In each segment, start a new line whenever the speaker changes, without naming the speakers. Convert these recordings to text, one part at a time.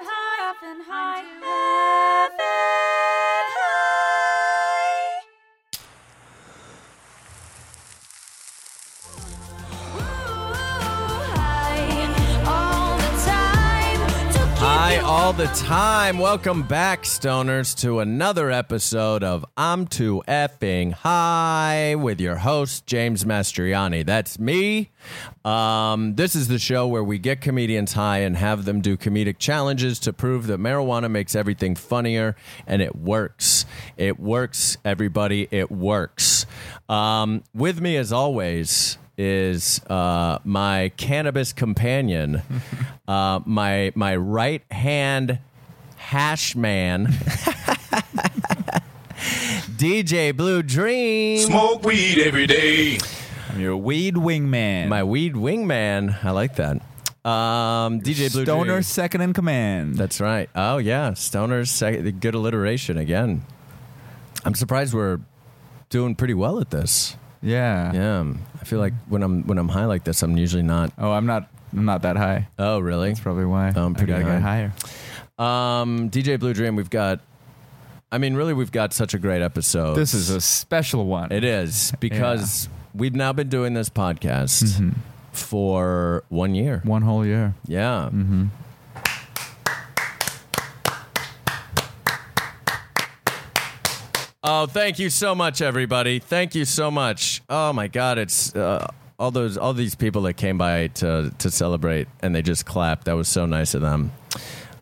Heaven high. Heaven high.
Hi,
Hi,
all the time. Welcome back, stoners, to another episode of I'm Too Effing High with your host, James Mastriani. That's me. Um, this is the show where we get comedians high and have them do comedic challenges to prove that marijuana makes everything funnier, and it works. It works, everybody. It works. Um, with me, as always, is uh, my cannabis companion, uh, my my right hand hash man, DJ Blue Dream,
Smoke weed every day.
I'm your weed wingman.
my weed wingman. I like that. Um, DJ Blue
stoner
Dream.
second in command.
That's right. Oh yeah, Stoner's sec- good alliteration again. I'm surprised we're doing pretty well at this.
yeah.
Yeah, I feel like when I'm when I'm high like this, I'm usually not.
Oh, I'm not. I'm not that high.
Oh really? Oh,
That's probably why.
I'm pretty
I gotta get higher.
Um, DJ Blue Dream, we've got. I mean, really, we've got such a great episode.
This is a special one.
It is because we've now been doing this podcast for one year.
Mm-hmm. one whole year. Mm-hmm.
Yeah. Oh, thank you so much, everybody. Thank you so much. Oh my God, it's uh, all those all these people that came by to to celebrate and they just clapped. That was so nice of them.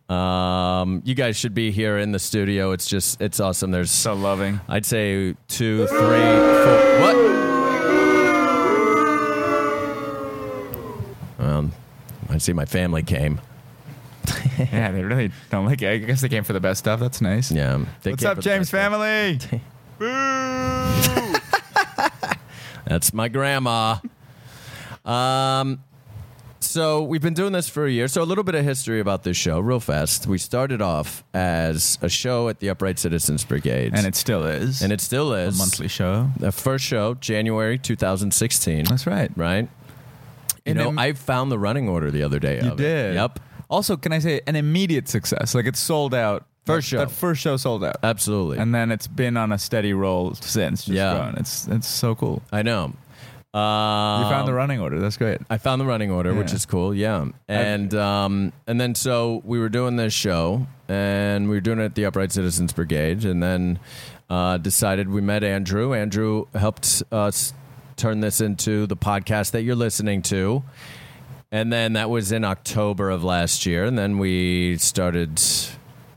Um, you guys should be here in the studio. It's just it's awesome. There's
So loving.
I'd say two, three, four. What? Um, I see my family came.
yeah, they really don't like it. I guess they came for the best stuff. That's nice.
Yeah. they
What's
came
up,
for the
James
best stuff.
family?
That's my grandma. Um, so we've been doing this for a year. So a little bit of history about this show, real fast. We started off as a show at the Upright Citizens Brigade,
and it still is.
and it still
a
is
monthly show.
The first show, January 2016.
That's right.
right? You
And
know,
im-
I found the running order the other day.
You
of it.
did.
Yep.
Also, can I say an immediate success? Like it's sold out.
First
That-
show.
That first show sold out.
Absolutely.
and then it's been on a steady roll since. Just
Yeah.
grown. It's it's so cool.
I know. Um,
You found the running order. That's great.
I found the running order, which
Yeah.
is cool. Yeah. And um, and then so we were doing this show, and we were doing it at the Upright Citizens Brigade, and then uh, decided we met Andrew. Andrew helped us turn this into the podcast that you're listening to. And then that was in October of last year. And then we started,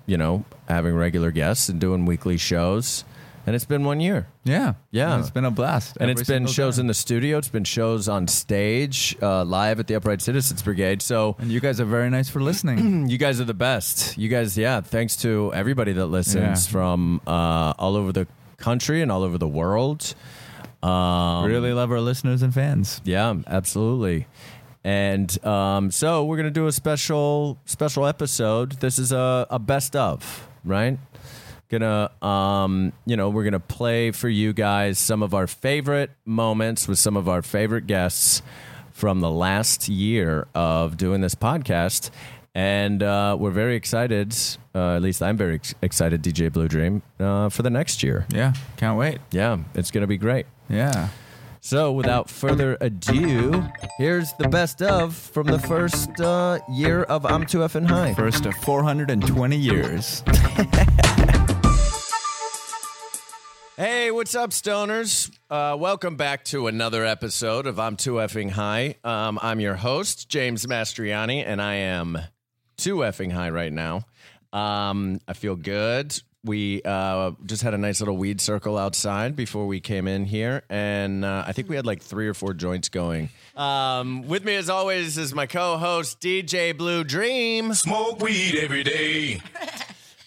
you know, having regular guests and doing weekly shows. And it's been one year.
Yeah,
Yeah.
And it's been a blast,
And it's been shows in the studio. It's been shows on stage, uh, live at the Upright Citizens Brigade. So
and you guys are very nice for listening.
you guys are the best. You guys, yeah. Thanks to everybody that listens
Yeah.
from uh, all over the country and all over the world. Um,
really love our listeners and fans.
Yeah, absolutely. And um, so we're gonna do a special special episode. This is a, a best of, right? Gonna um, you know, we're gonna play for you guys some of our favorite moments with some of our favorite guests from the last year of doing this podcast. And uh, we're very excited. Uh, at least I'm very ex- excited, DJ Blue Dream, uh, for the next year.
Yeah, can't wait.
Yeah, it's gonna be great.
Yeah,
So, without further ado, here's the best of from the first uh, year of I'm Too Effing High.
first of 420 years.
Hey, what's up, stoners? Uh, welcome back to another episode of I'm Too Effing High. Um, I'm your host, James Mastriani, and I am too effing high right now. Um, I feel good. We uh, just had a nice little weed circle outside before we came in here, and uh, I think we had like three or four joints going. Um, with me, as always, is my co-host DJ Blue Dream.
Smoke weed every day.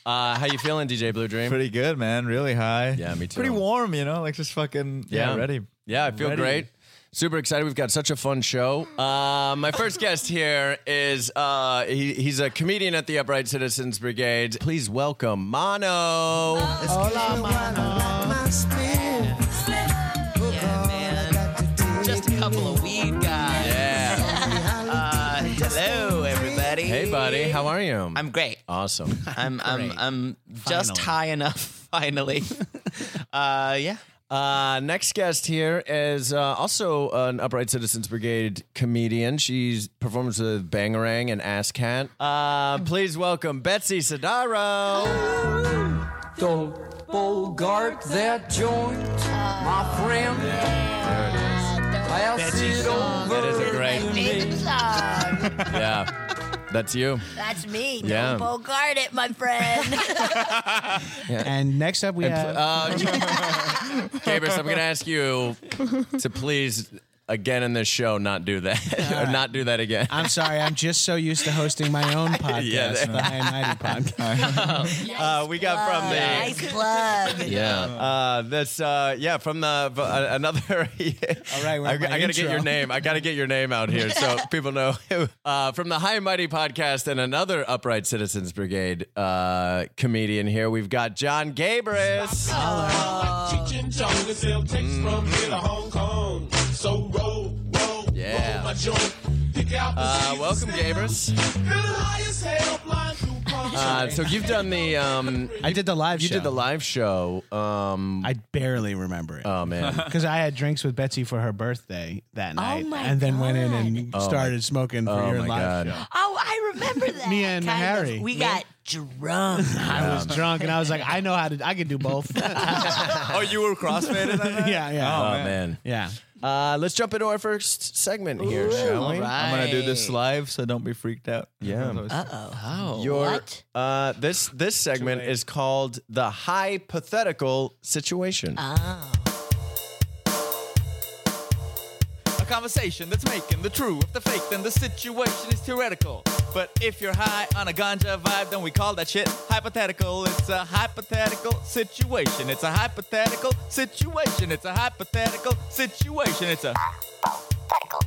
Uh, how you feeling, DJ Blue Dream?
Pretty good, man. Really high.
Yeah, me too.
Pretty warm, you know, like just fucking yeah, ready.
Yeah, I feel
Ready.
great. Super excited. We've got such a fun show. Uh, my first guest here is uh, he, he's a comedian at the Upright Citizens Brigade. Please welcome Mono.
Yeah, man. Just a couple of weed guys.
Yeah.
Uh, hello, everybody.
Hey, buddy. how are you?
I'm great.
awesome.
I'm I'm
Great.
I'm just
Finally.
high enough finally. uh yeah.
Uh, next guest here is uh, also an Upright Citizens Brigade comedian. She performs with Bangarang and Ass Cat. Uh, please welcome Betsy Sidaro.
Don't Bogart that joint, my
Uh,
friend. Pass it over.
That is a great.
Favorite song.
Yeah, that's you.
That's me.
Yeah.
Don't bogart it, my friend.
And next up, we have
Uh, Gabris, I'm going to ask you to please, again in this show, not do that. or not do that again.
I'm sorry, I'm just so used to hosting my own podcast,
Yeah, that-
the High and Mighty podcast.
Uh, we got from the.
nice plug.
Yeah. Uh, this. Uh, yeah. From the v- uh, another. All
right, we're
I,
at my
I gotta get
intro.
your name. I gotta get your name out here so people know. Uh, from the High and Mighty podcast and another Upright Citizens Brigade uh, comedian here, we've got John Gabris.
Cheech and Chong is sell tapes from here to Hong Kong. So roll, roll,
Yeah.
roll my joint. Pick out the
Uh,
seeds
welcome,
and sell 'em.
Gabris.
Feeling high as hell, flying through palm
Uh,
trees.
so you've done the. Um,
I did the live
you
show.
did the live show. Um,
I barely remember it.
oh man.
because I had drinks with Betsy for her birthday that
Oh
night,
Oh my
and then went in and
my-
started smoking for
oh
your
my
live
God.
show.
Oh, I remember that.
Me and
kind
Harry.
Of. We
Me-
got drunk.
I was drunk, and I was like, I know how to. I can do both. yeah,
Oh, you were crossfaded.
yeah,
Oh man.
yeah.
Uh, let's jump into our first segment here, shall we?
right.
I'm gonna do this live, so don't be freaked out.
Yeah.
Oh.
Your
What?
uh this this segment is called the hypothetical situation.
A conversation that's making the true of the fake, then the situation is theoretical. But if you're high on a ganja vibe, then we call that shit hypothetical. It's a hypothetical situation. It's a hypothetical situation. It's a hypothetical situation. It's a
that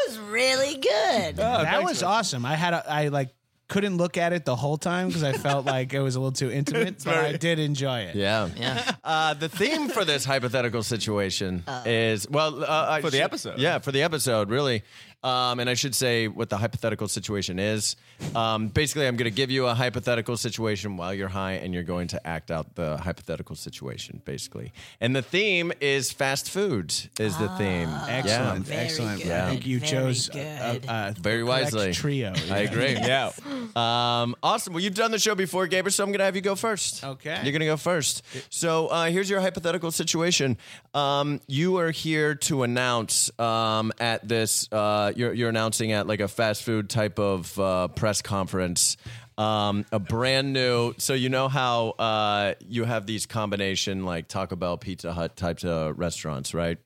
was really good.
that was awesome. I had a, I like couldn't look at it the whole time because I felt like it was a little too intimate, but I did enjoy it.
yeah.
Yeah.
Uh, the theme for this hypothetical situation is well uh, I
For the
should-
episode.
Yeah, for the episode, really. Um, and I should say what the hypothetical situation is. Um, basically, I'm going to give you a hypothetical situation while you're high, and you're going to act out the hypothetical situation, basically. And the theme is fast food. Is the theme?
Excellent,
Yeah.
excellent.
good,
I think you
very
chose a,
good.
a- a
Very
correct
wisely.
trio.
I agree. Yeah. Um, awesome. Well, you've done the show before, Gabriel, so I'm going to have you go first.
Okay.
You're going to go first. So uh, here's your hypothetical situation. Um, you are here to announce um, at this, uh, you're, you're announcing at like a fast food type of uh, press conference. Um, a brand new, so you know how uh, you have these combination like Taco Bell, Pizza Hut types of restaurants, right?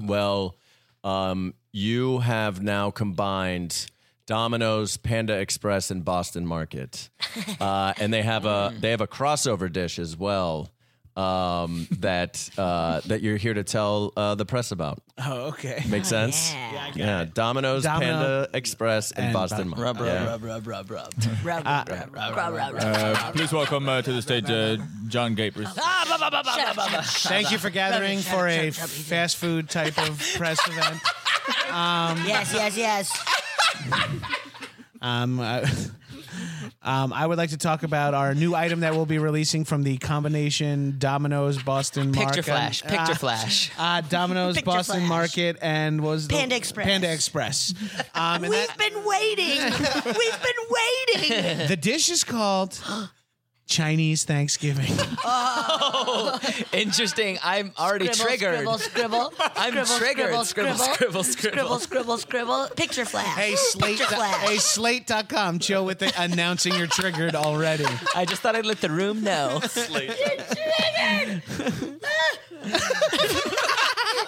Well, um, you have now combined Domino's, Panda Express, and Boston Market, uh, and they have a they have a crossover dish as well um, that uh, that you're here to tell uh, the press about.
Oh, okay.
Make sense?
yeah. Yeah, I got
yeah. Domino's,
Domino-
Panda Express, and,
and
Boston
Bo-
Market. Yeah.
rub, rub, rub.
Rub,
Ah.
rub, rub, rub, rub, rub.
please welcome uh, to the stage uh, John Gabris.
Thank you for gathering
Shut up,
for
shut
a
up, shut up, you
fast food type of press event.
yes, yes, yes.
Um, uh, um, I would like to talk about our new item that we'll be releasing from the combination Domino's Boston
Picture
Market.
flash. Picture
Ah.
flash.
Uh, Domino's
Picture
Boston
flash.
Market and what was the-
Panda Express.
Panda Express. Um, and
We've
that,
been waiting. We've been waiting.
the dish is called Chinese Thanksgiving.
Interesting. I'm already triggered.
Scribble, scribble, scribble.
I'm
scribble,
triggered.
Scribble,
Scribble,
scribble,
scribble,
scribble, scribble, scribble. Picture flash.
Hey, slate,
Picture flash.
hey, slate.com. Chill with it. Announcing you're triggered already.
I just thought I'd let the room know.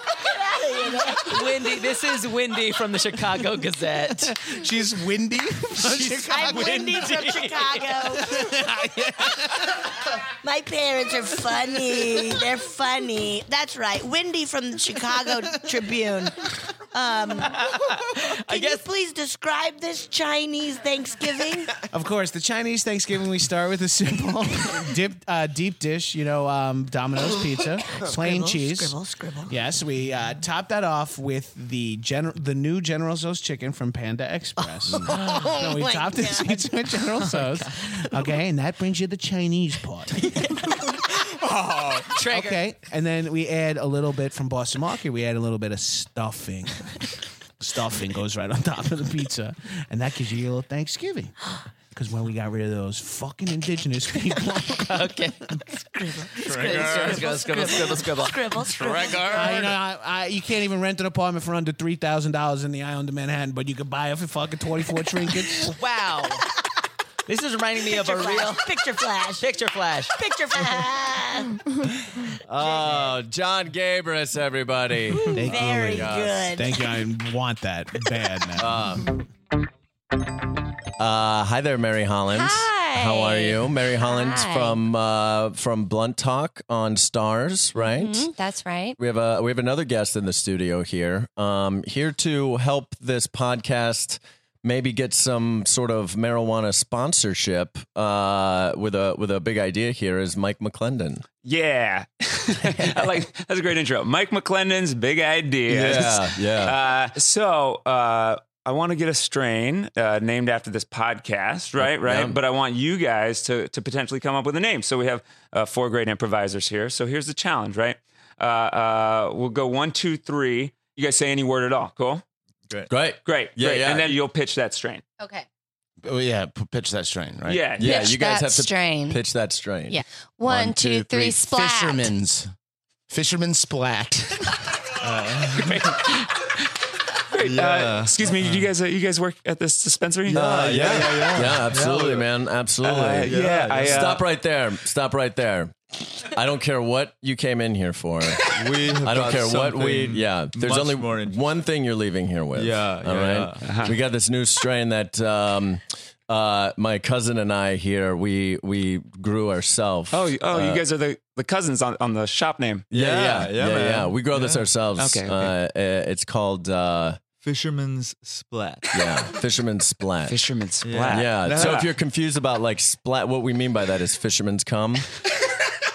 Wendy, this is Wendy from the Chicago Gazette.
She's windy.
I'm Wendy from Chicago. My parents are funny. They're funny. That's right. Wendy from the Chicago Tribune. Um, Can you please describe this Chinese Thanksgiving?
Of course, the Chinese Thanksgiving we start with a simple dip, uh, deep dish. You know, um, Domino's pizza, plain
Scribble,
cheese.
Scribble, scribble.
Yes, we uh, top that off with the gen- the new General Tso's chicken from Panda Express.
Oh
so we
my
topped this
God.
pizza with General Tso's. okay, and that brings you the Chinese part.
Trigger.
Okay, and then we add a little bit from Boston Market. We add a little bit of stuffing. stuffing goes right on top of the pizza, and that gives you your little Thanksgiving. Because when we got rid of those fucking indigenous people,
Okay. Scribble, scribble, scribble, scribble, scribble.
Scribble, scribble.
I, you know, I, I, you can't even rent an apartment for under three thousand dollars in the island of Manhattan, but you could buy it for fucking twenty four trinkets.
Wow. This is reminding me of a
Picture
real
flash. Picture flash.
picture flash.
Picture flash.
Oh, John Gabris, everybody.
Thank
Very
God.
good.
Thank you. I want that bad now.
Uh, hi there, Mary Hollins.
Hi.
How are you, Mary Hollins
Hi.
from uh, from Blunt Talk on Stars,
Mm-hmm.
right?
Mm-hmm, That's right.
We have a we have another guest in the studio here, um, here to help this podcast maybe get some sort of marijuana sponsorship. Uh, with a with a big idea here is Mike McClendon.
Yeah. I like that's a great intro. Mike McClendon's big ideas.
yeah.
Uh, so uh, I want to get a strain uh, named after this podcast, right? Right. But I want you guys to to potentially come up with a name. So we have uh, four great improvisers here. So here's the challenge, right? Uh, uh, we'll go one, two, three. You guys say any word at all. Cool.
Great.
Great.
Yeah,
great.
yeah.
And then you'll pitch that strain.
Okay.
Oh, yeah, p- pitch that strain, right?
Yeah.
Yeah,
Pitch
you guys
that
have to
strain.
pitch that strain.
Yeah. One, two, three, splat.
Fisherman's. Fisherman splat.
Great. Uh, excuse me. Did you guys uh, you guys work at this dispensary?
Uh, yeah, yeah, yeah, absolutely, man, absolutely.
Uh, yeah, I, uh,
Stop right there. Stop right there. I don't care what you came in here for.
we have
I don't care what we. Yeah, there's
much
only
more interesting.
one thing you're leaving here with.
Yeah,
all
yeah,
right. We got this new strain that um, uh, my cousin and I here we we grew ourselves.
Oh, you- oh,
Uh,
you guys are the, the cousins on, on the shop name.
Yeah, yeah, yeah, yeah,
man.
We grow this ourselves.
Okay, okay.
Uh, uh, it's called uh,
Fisherman's splat.
yeah, Fisherman's Splat.
Fisherman Splat.
Yeah.
Nah.
So if you're confused about like splat, what we mean by that is fisherman's cum. Um,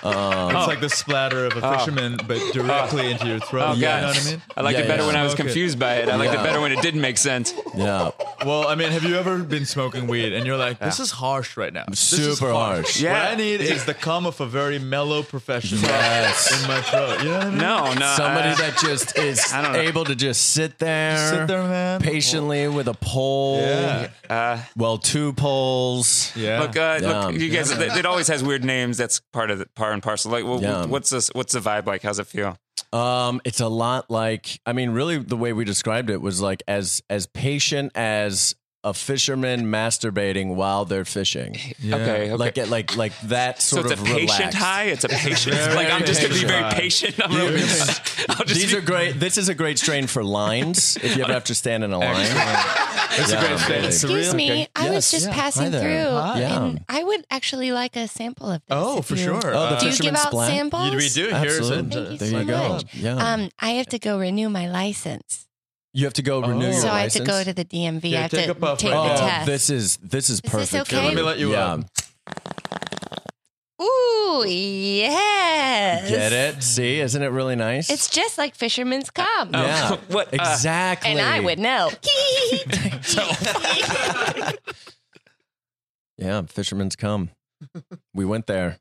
It's
Oh.
like the splatter of a fisherman, but directly into your throat.
Oh,
you
God.
know what I mean?
I liked
Yeah,
it better
yeah.
when I was
Smoke it.
confused by it. I liked
Yeah.
it better when it didn't make sense.
Yeah.
Well, I mean, have you ever been smoking weed and you're like, this is harsh right now? This is
Super harsh.
Yeah.
What I need is the cum of a very mellow professional
Yes.
in my throat. You know what I mean?
No, no.
Somebody
uh,
that just is
I don't know.
able to just sit there,
Sit there, man.
patiently with a pole.
Yeah.
Uh,
Well, two poles.
Yeah.
Look, uh, look,
Yeah.
you guys. It, it always has weird names. That's part of the par and parcel. Like, wh- wh-
Yeah.
what's this? What's the vibe like? How's it feel?
Um, it's a lot like I mean, really, the way we described it was like as as patient as a fisherman masturbating while they're fishing.
Okay, okay.
Like it, like like that
so
sort
it's a
of
patient
relaxed.
high. It's a patient.
very
like I'm just gonna be
patient
very
high.
patient. I'm gonna. I'll just
These
be,
are great. This is a great strain for lines. If you ever have to stand in a line,
It's
Yeah,
a
really.
great strain. It's a
Excuse
real-
me.
okay.
I was just passing
there.
through,
Hi.
and
Yeah.
I would actually like a sample of this.
Oh,
if
for
you-
sure.
Oh, the
Uh,
Do you give
Fisherman's
out
Plan?
samples?
you- we do. Here's
Absolutely.
it.
Thank you
there
so
you go.
much.
Yeah.
Um, I have to go renew my license,
you have to go renew
Oh.
your
so I have to
license.
go to the DMV.
Yeah,
I have
take
to
a puff
take
right
the
now.
oh,
test.
this is this is
this
perfect.
okay?
for
Let me
let you
yeah.
up.
Ooh, yes.
Get it? See, isn't it really nice?
It's just like fisherman's cum.
yeah.
What, uh,
exactly?
And I would know.
Yeah, fishermen's come. We went there.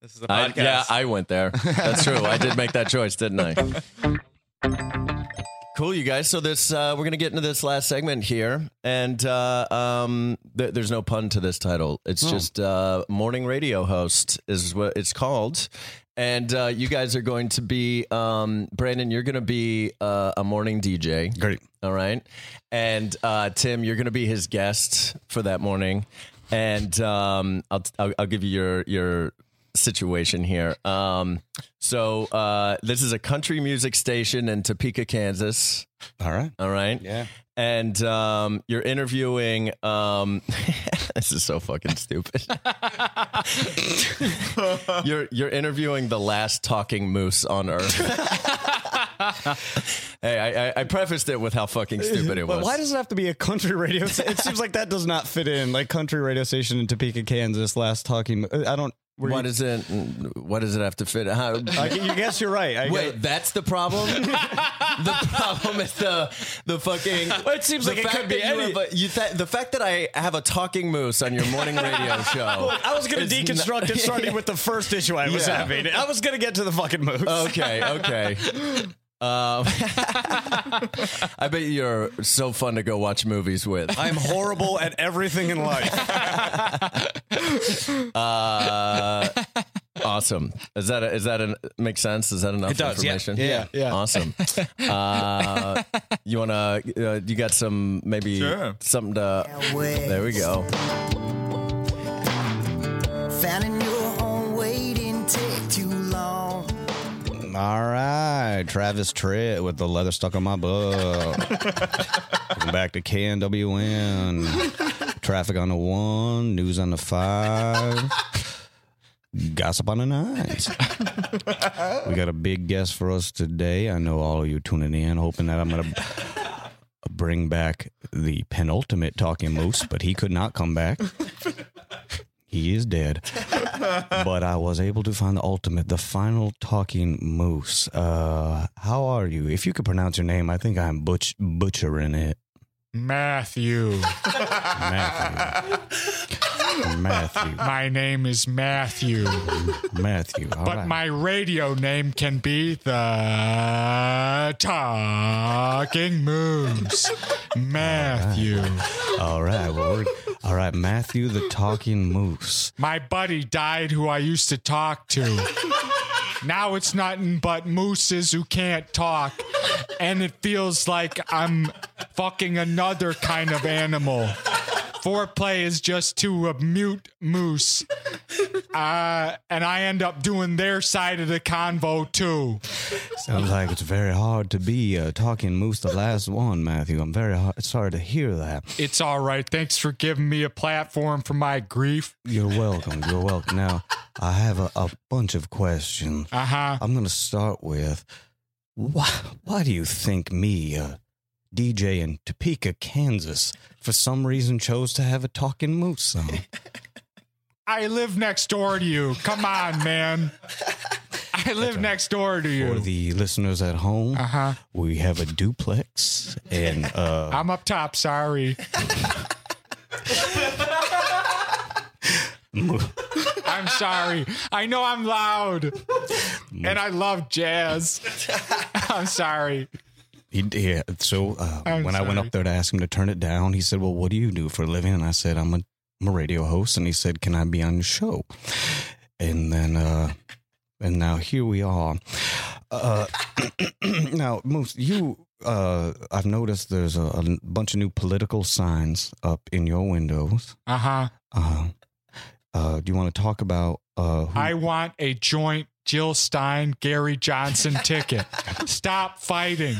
This is a
I, yeah, I went there. That's true. I did make that choice, didn't I? Cool, you guys. So this uh, we're gonna get into this last segment here, and uh, um, th- there's no pun to this title. It's
Hmm.
just uh, morning radio host is what it's called, and uh, you guys are going to be um, Brandon. You're gonna be uh, a morning DJ.
Great.
All right. And uh, Tim, you're going to be his guest for that morning. And um, I'll, I'll, I'll give you your, your situation here. Um, so uh, this is a country music station in Topeka, Kansas.
All right.
All right.
Yeah.
And um, you're interviewing. Um, this is so fucking stupid. you're you're interviewing the last talking moose on earth. Hey, I, I, I prefaced it with how fucking stupid it was.
But why does it have to be a country radio? sta- It seems like that does not fit in. Like country radio station in Topeka, Kansas. Last talking. I don't. were
Why
you-
does it? What does it have to fit? How,
I gu- you guess you're right. I
Wait, that's the problem. the problem is the the fucking.
Well, it seems
the
like it
fact
could be
that you
any-
have a- you th- the fact that I have a talking moose on your morning radio show.
Look, I was going
is
to deconstruct
not-
it starting with the first issue I was
Yeah.
having. I was going to get to the fucking moose.
Okay, okay. Um, I bet you're so fun to go watch movies with.
I'm horrible at everything in life.
Uh, awesome. Is that a, is that an make sense? Is that enough
It does, yeah.
information?
Yeah, yeah.
Awesome. Uh, you wanna? Uh, you got some maybe
Sure.
something to? There we go.
Finding your own way didn't take too long.
All right, Travis Tritt with the leather stuck on my butt. Welcome back to KNWN. Traffic on the one, news on the five, gossip on the nine. We got a big guest for us today. I know all of you tuning in, hoping that I'm going to bring back the penultimate talking moose, but he could not come back. He is dead. but I was able to find the ultimate, the final talking moose. Uh, how are you? If you could pronounce your name, I think I'm butch- butchering it.
Matthew.
Matthew. Matthew.
My name is Matthew.
Matthew. All
but
right.
my radio name can be the Talking Moose. Matthew.
All right. Well, we're, all right. Matthew, the talking moose.
My buddy died who I used to talk to. Now it's nothing but mooses who can't talk. And it feels like I'm fucking another kind of animal. Foreplay is just to a mute moose. Uh, and I end up doing their side of the convo too.
Sounds like it's very hard to be a talking moose, the last one, Matthew. I'm very hard, sorry to hear that.
It's all right. Thanks for giving me a platform for my grief.
You're welcome. You're welcome. Now, I have a, a bunch of questions.
Uh huh.
I'm going to start with why, why do you think me, a DJ in Topeka, Kansas, for some reason chose to have a talking moose Um, song?
I live next door to you. Come on, man. I live next door to
For
you.
the listeners at home,
Uh-huh.
we have a duplex and uh,
I'm up top. Sorry. I'm sorry. I know I'm loud and I love jazz. I'm sorry.
He, yeah. So uh,
I'm
when I went
sorry.
up there to ask him to turn it down, he said, "Well, what do you do for a living?" And I said, "I'm a, I'm a radio host." And he said, "Can I be on the show?" And then, uh, and now here we are. Uh, now, most you, uh, I've noticed there's a, a bunch of new political signs up in your windows.
Uh huh.
Uh, uh, do you want to talk about? Uh, who-
I want a joint Jill Stein, Gary Johnson ticket. Stop fighting.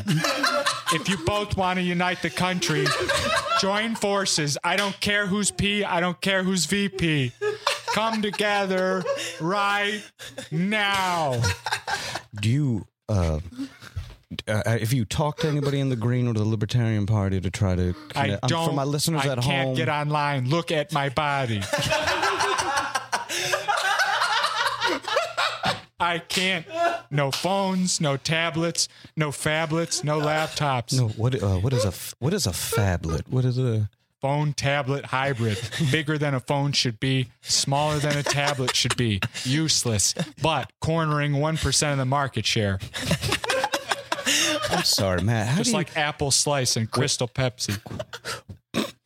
If you both want to unite the country, join forces. I don't care who's P, I don't care who's VP. Come together right now.
do you uh, uh if you talk to anybody in the green or the libertarian party to try to
I
I'm-
don't.
um, for my listeners
I
at
can't
home
get online. Look at my body. I can't. No phones, no tablets, no phablets, no laptops.
no what uh, what is a f- what is a phablet what is a
phone tablet hybrid. Bigger than a phone should be, smaller than a tablet should be. Useless, but cornering 1% of the market share.
I'm sorry Matt how
Just
do you
like apple slice and crystal Pepsi.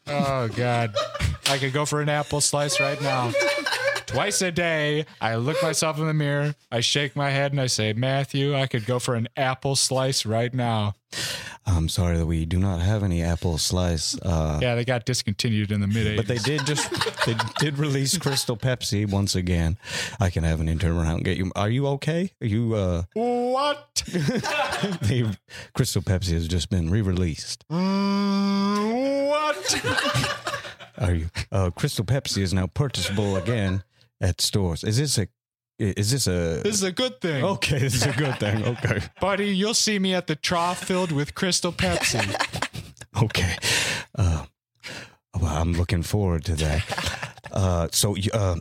Oh, God. I could go for an apple slice right now. Twice a day, I look myself in the mirror, I shake my head, and I say, Matthew, I could go for an apple slice right now.
I'm sorry that we do not have any apple slice uh
Yeah, they got discontinued in the mid 80s.
But they did just they did release Crystal Pepsi once again. I can have an intern run out and get you. Are you okay? Are you uh
What?
they Crystal Pepsi has just been re-released.
Mm, what?
Are you? Uh, Crystal Pepsi is now purchasable again at stores. Is this a I- Is this a?
This is a good thing.
Okay, this is a good thing. Okay.
Buddy, you'll see me at the trough filled with Crystal Pepsi.
Okay. Uh, well, I'm looking forward to that. Uh, so, you- uh,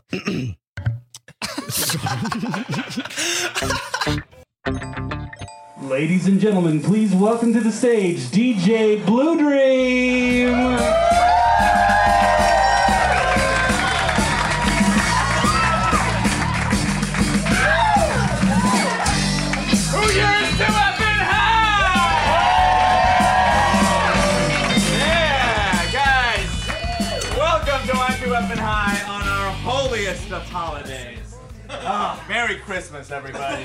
Ladies and gentlemen, please welcome to the stage DJ Blue Dream.
Yeah, guys, welcome to I'm Too Up and High on our holiest of holidays. Ah, Merry Christmas, everybody.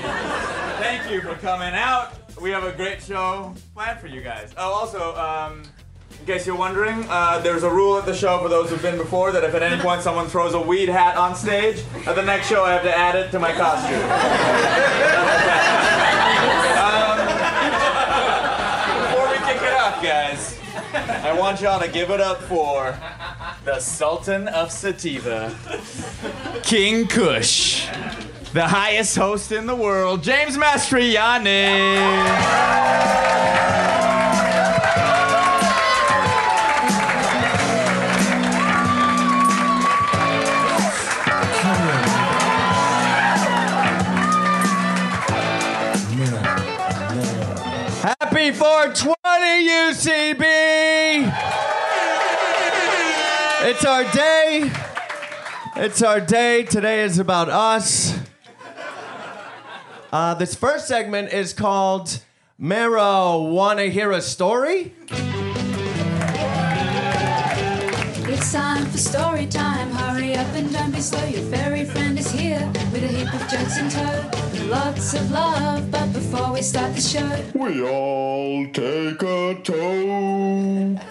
Thank you for coming out. We have a great show planned for you guys. Oh, also, um, in case you're wondering, uh, there's a rule at the show for those who've been before that if at any point someone throws a weed hat on stage, at the next show I have to add it to my costume. Before we kick it off, guys, I want y'all to give it up for the Sultan of Sativa, King Kush, the highest host in the world, James Mastriani.
Happy 420 UCB!
It's our day. It's our day. Today is about us. Uh, this first segment is called Marrow Wanna Hear a Story?
It's time for story time. Hurry up and don't be slow. Your fairy friend is here with a heap of jokes in tow. Lots of love, but before we start the show,
We all take a toke.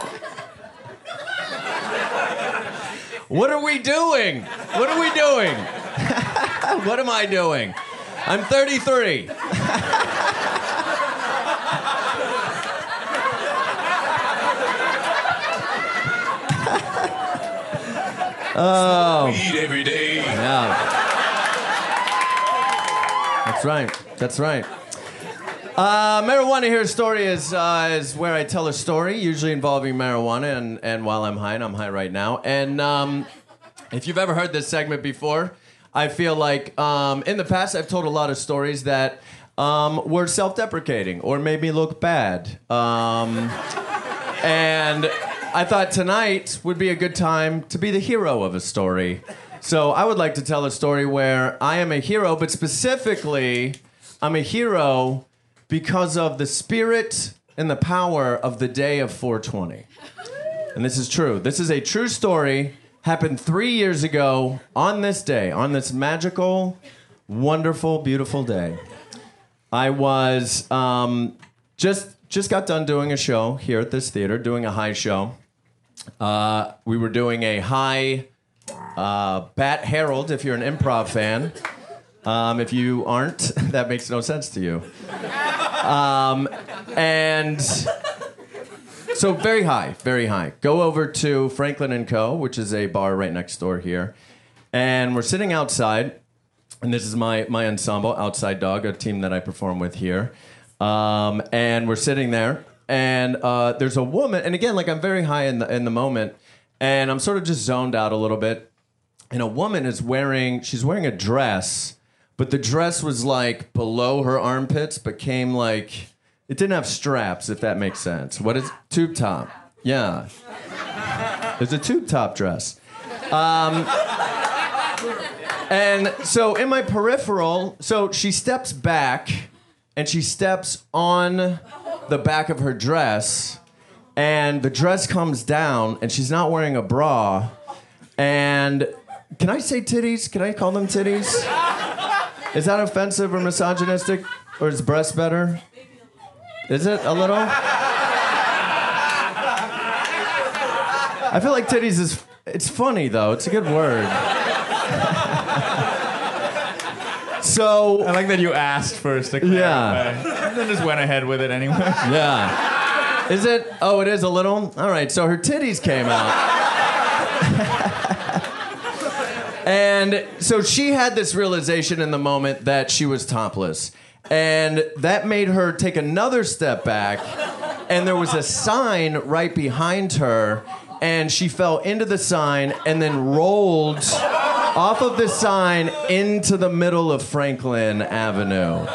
What are we doing? What are we doing? what am I doing? I'm 33.
Oh.
Oh.
Weed every day.
Yeah. That's right. That's right. Uh, marijuana here story is uh, is where I tell a story, usually involving marijuana, and, and while I'm high, and I'm high right now. And um, if you've ever heard this segment before, I feel like um, in the past I've told a lot of stories that um, were self-deprecating or made me look bad. Um, and I thought tonight would be a good time to be the hero of a story. So I would like to tell a story where I am a hero, but specifically, I'm a hero because of the spirit and the power of the day of 420. And this is true. This is a true story. Happened three years ago on this day, on this magical, wonderful, beautiful day. I was um, just just got done doing a show here at this theater, doing a high show. Uh, we were doing a high uh, Bat Herald. If you're an improv fan, um, if you aren't, that makes no sense to you. Um, and so very high, very high. Go over to Franklin and Co, which is a bar right next door here, and we're sitting outside. And this is my my ensemble, Outside Dog, a team that I perform with here. Um, and we're sitting there, and uh, there's a woman. And again, like I'm very high in the in the moment, and I'm sort of just zoned out a little bit. And a woman is wearing she's wearing a dress, but the dress was like below her armpits, but came like it didn't have straps, if that makes sense. What is tube top? Yeah. It's a tube top dress. Um, and so in my peripheral, so she steps back and she steps on the back of her dress, and the dress comes down, and she's not wearing a bra. And can I say titties? Can I call them titties? Is that offensive or misogynistic? Or is breast better? Is it a little? I feel like titties is it's funny though. It's a good word. so
I like that you asked first to
Yeah.
clarify. And then just went ahead with it anyway.
Yeah. Is it? Oh, it is a little. All right. So her titties came out. And so she had this realization in the moment that she was topless. And that made her take another step back. And there was a sign right behind her. And she fell into the sign and then rolled off of the sign into the middle of Franklin Avenue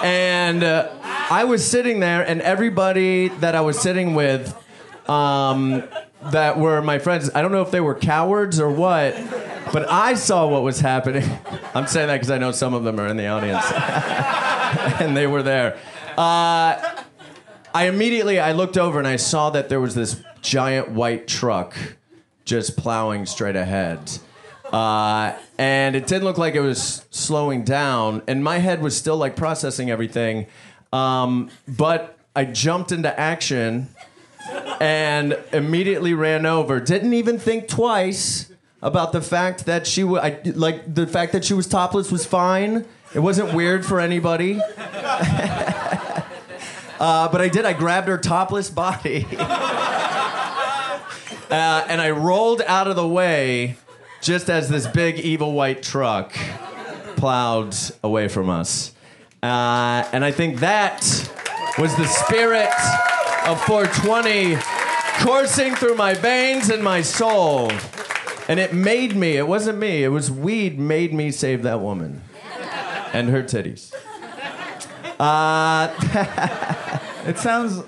and uh, I was sitting there, and everybody that I was sitting with, um, that were my friends, I don't know if they were cowards or what, but I saw what was happening. I'm saying that because I know some of them are in the audience, and they were there. Uh, I immediately I looked over and I saw that there was this giant white truck just plowing straight ahead. Uh, and it didn't look like it was slowing down, and my head was still like processing everything. Um, but I jumped into action and immediately ran over. Didn't even think twice about the fact that she was like the fact that she was topless was fine. It wasn't weird for anybody. Uh, but I did. I grabbed her topless body, uh, and I rolled out of the way just as this big evil white truck plowed away from us. Uh, and I think that was the spirit of 420 coursing through my veins and my soul. And it made me. It wasn't me. It was weed made me save that woman and her titties.
Uh, it sounds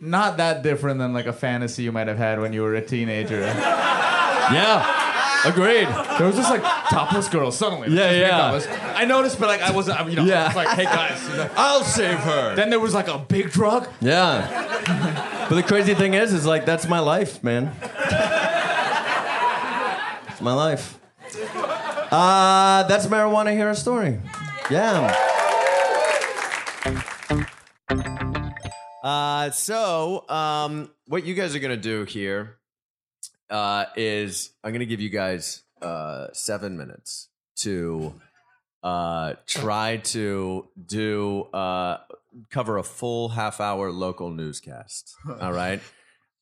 not that different than like a fantasy you might have had when you were a teenager.
Yeah, agreed.
There was this like topless girl suddenly.
Yeah,
Just
yeah.
topless. I noticed, but like I wasn't. I- You know,
Yeah.
I was like, hey guys, you know.
I'll save her.
Then there was like a big truck.
Yeah. But the crazy thing is, is like that's my life, man. It's my life. Uh, that's marijuana hero story. Yeah. Uh, so um, what you guys are gonna do here uh, is I'm gonna give you guys uh, seven minutes to uh, try to do uh, cover a full half hour local newscast. All right,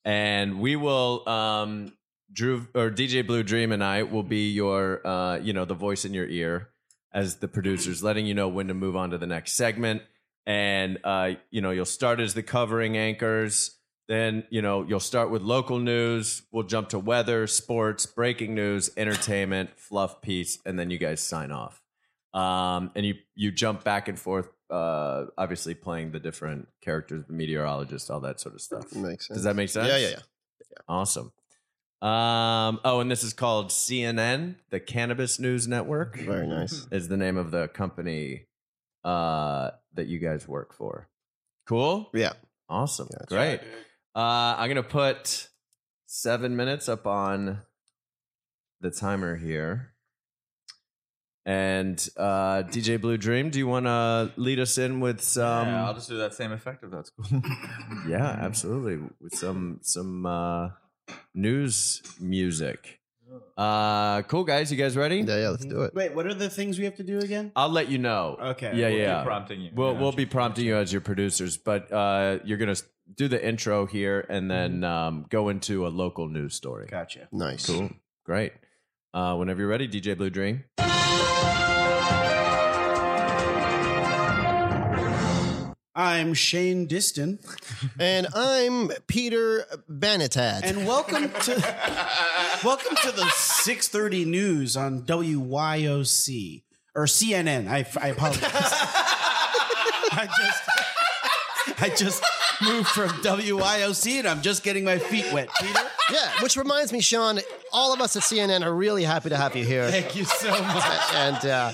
and we will. Um, Drew or DJ Blue Dream and I will be your, uh, you know, the voice in your ear as the producers, letting you know when to move on to the next segment. And uh, you know, you'll start as the covering anchors. Then you know you'll start with local news. We'll jump to weather, sports, breaking news, entertainment, fluff piece, and then you guys sign off um, and you you jump back and forth, uh, obviously playing the different characters, the meteorologist, all that sort of stuff.
Makes
Does that make sense?
Yeah, yeah, yeah.
Awesome. Um, oh, and this is called CNN, the Cannabis News Network. Very
nice.
Mm-hmm.
Is the name of the company uh, that you guys work for. Cool.
Yeah.
Awesome. Great. Uh, I'm gonna put seven minutes up on the timer here. And uh, DJ Blue Dream, do you want to lead us in with some?
yeah, I'll just do that same effect if that's cool.
Yeah, absolutely. With some some uh, news music.
Oh.
Uh, cool guys, you guys ready? Yeah, yeah, let's do it.
Wait, what are the things we have to do again?
I'll let you know.
Mm-hmm. Okay.
Yeah,
We'll be
yeah.
prompting you.
We'll we'll be prompting you as your producers, but uh, you're gonna s- do the intro here and
Mm-hmm.
then um, go into a local news story. Gotcha.
Nice.
Cool. Great. Uh, whenever you're ready, DJ Blue Dream.
I'm Shane Diston.
And I'm Peter Banatad.
And welcome to welcome to the 6:30 news on WYOC or CNN. I, I apologize. I just I just moved from WYOC and I'm just getting my feet wet, Peter.
Yeah, which reminds me, Sean, all of us at CNN are really happy to have you here.
Thank you so much.
And uh,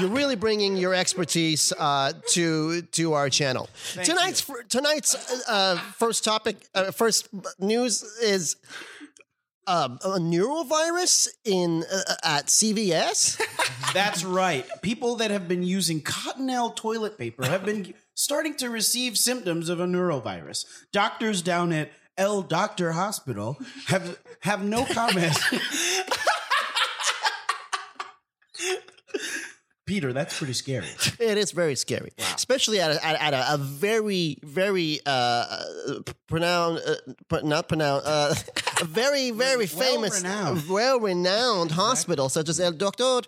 you're really bringing your expertise uh, to to our channel. tonight's fir- tonight's uh, first topic, uh, first news is uh, a neurovirus in uh, at CVS.
That's right. People that have been using Cottonelle toilet paper have been starting to receive symptoms of a neurovirus. Doctors down at El Doctor Hospital have have no comment. Peter, that's pretty scary.
It is very scary, especially at a, at, at a, a very, very uh, uh, pronoun, uh, pr- not pronoun, uh, a very, very famous,
renowned.
well-renowned hospital such as El Doctor.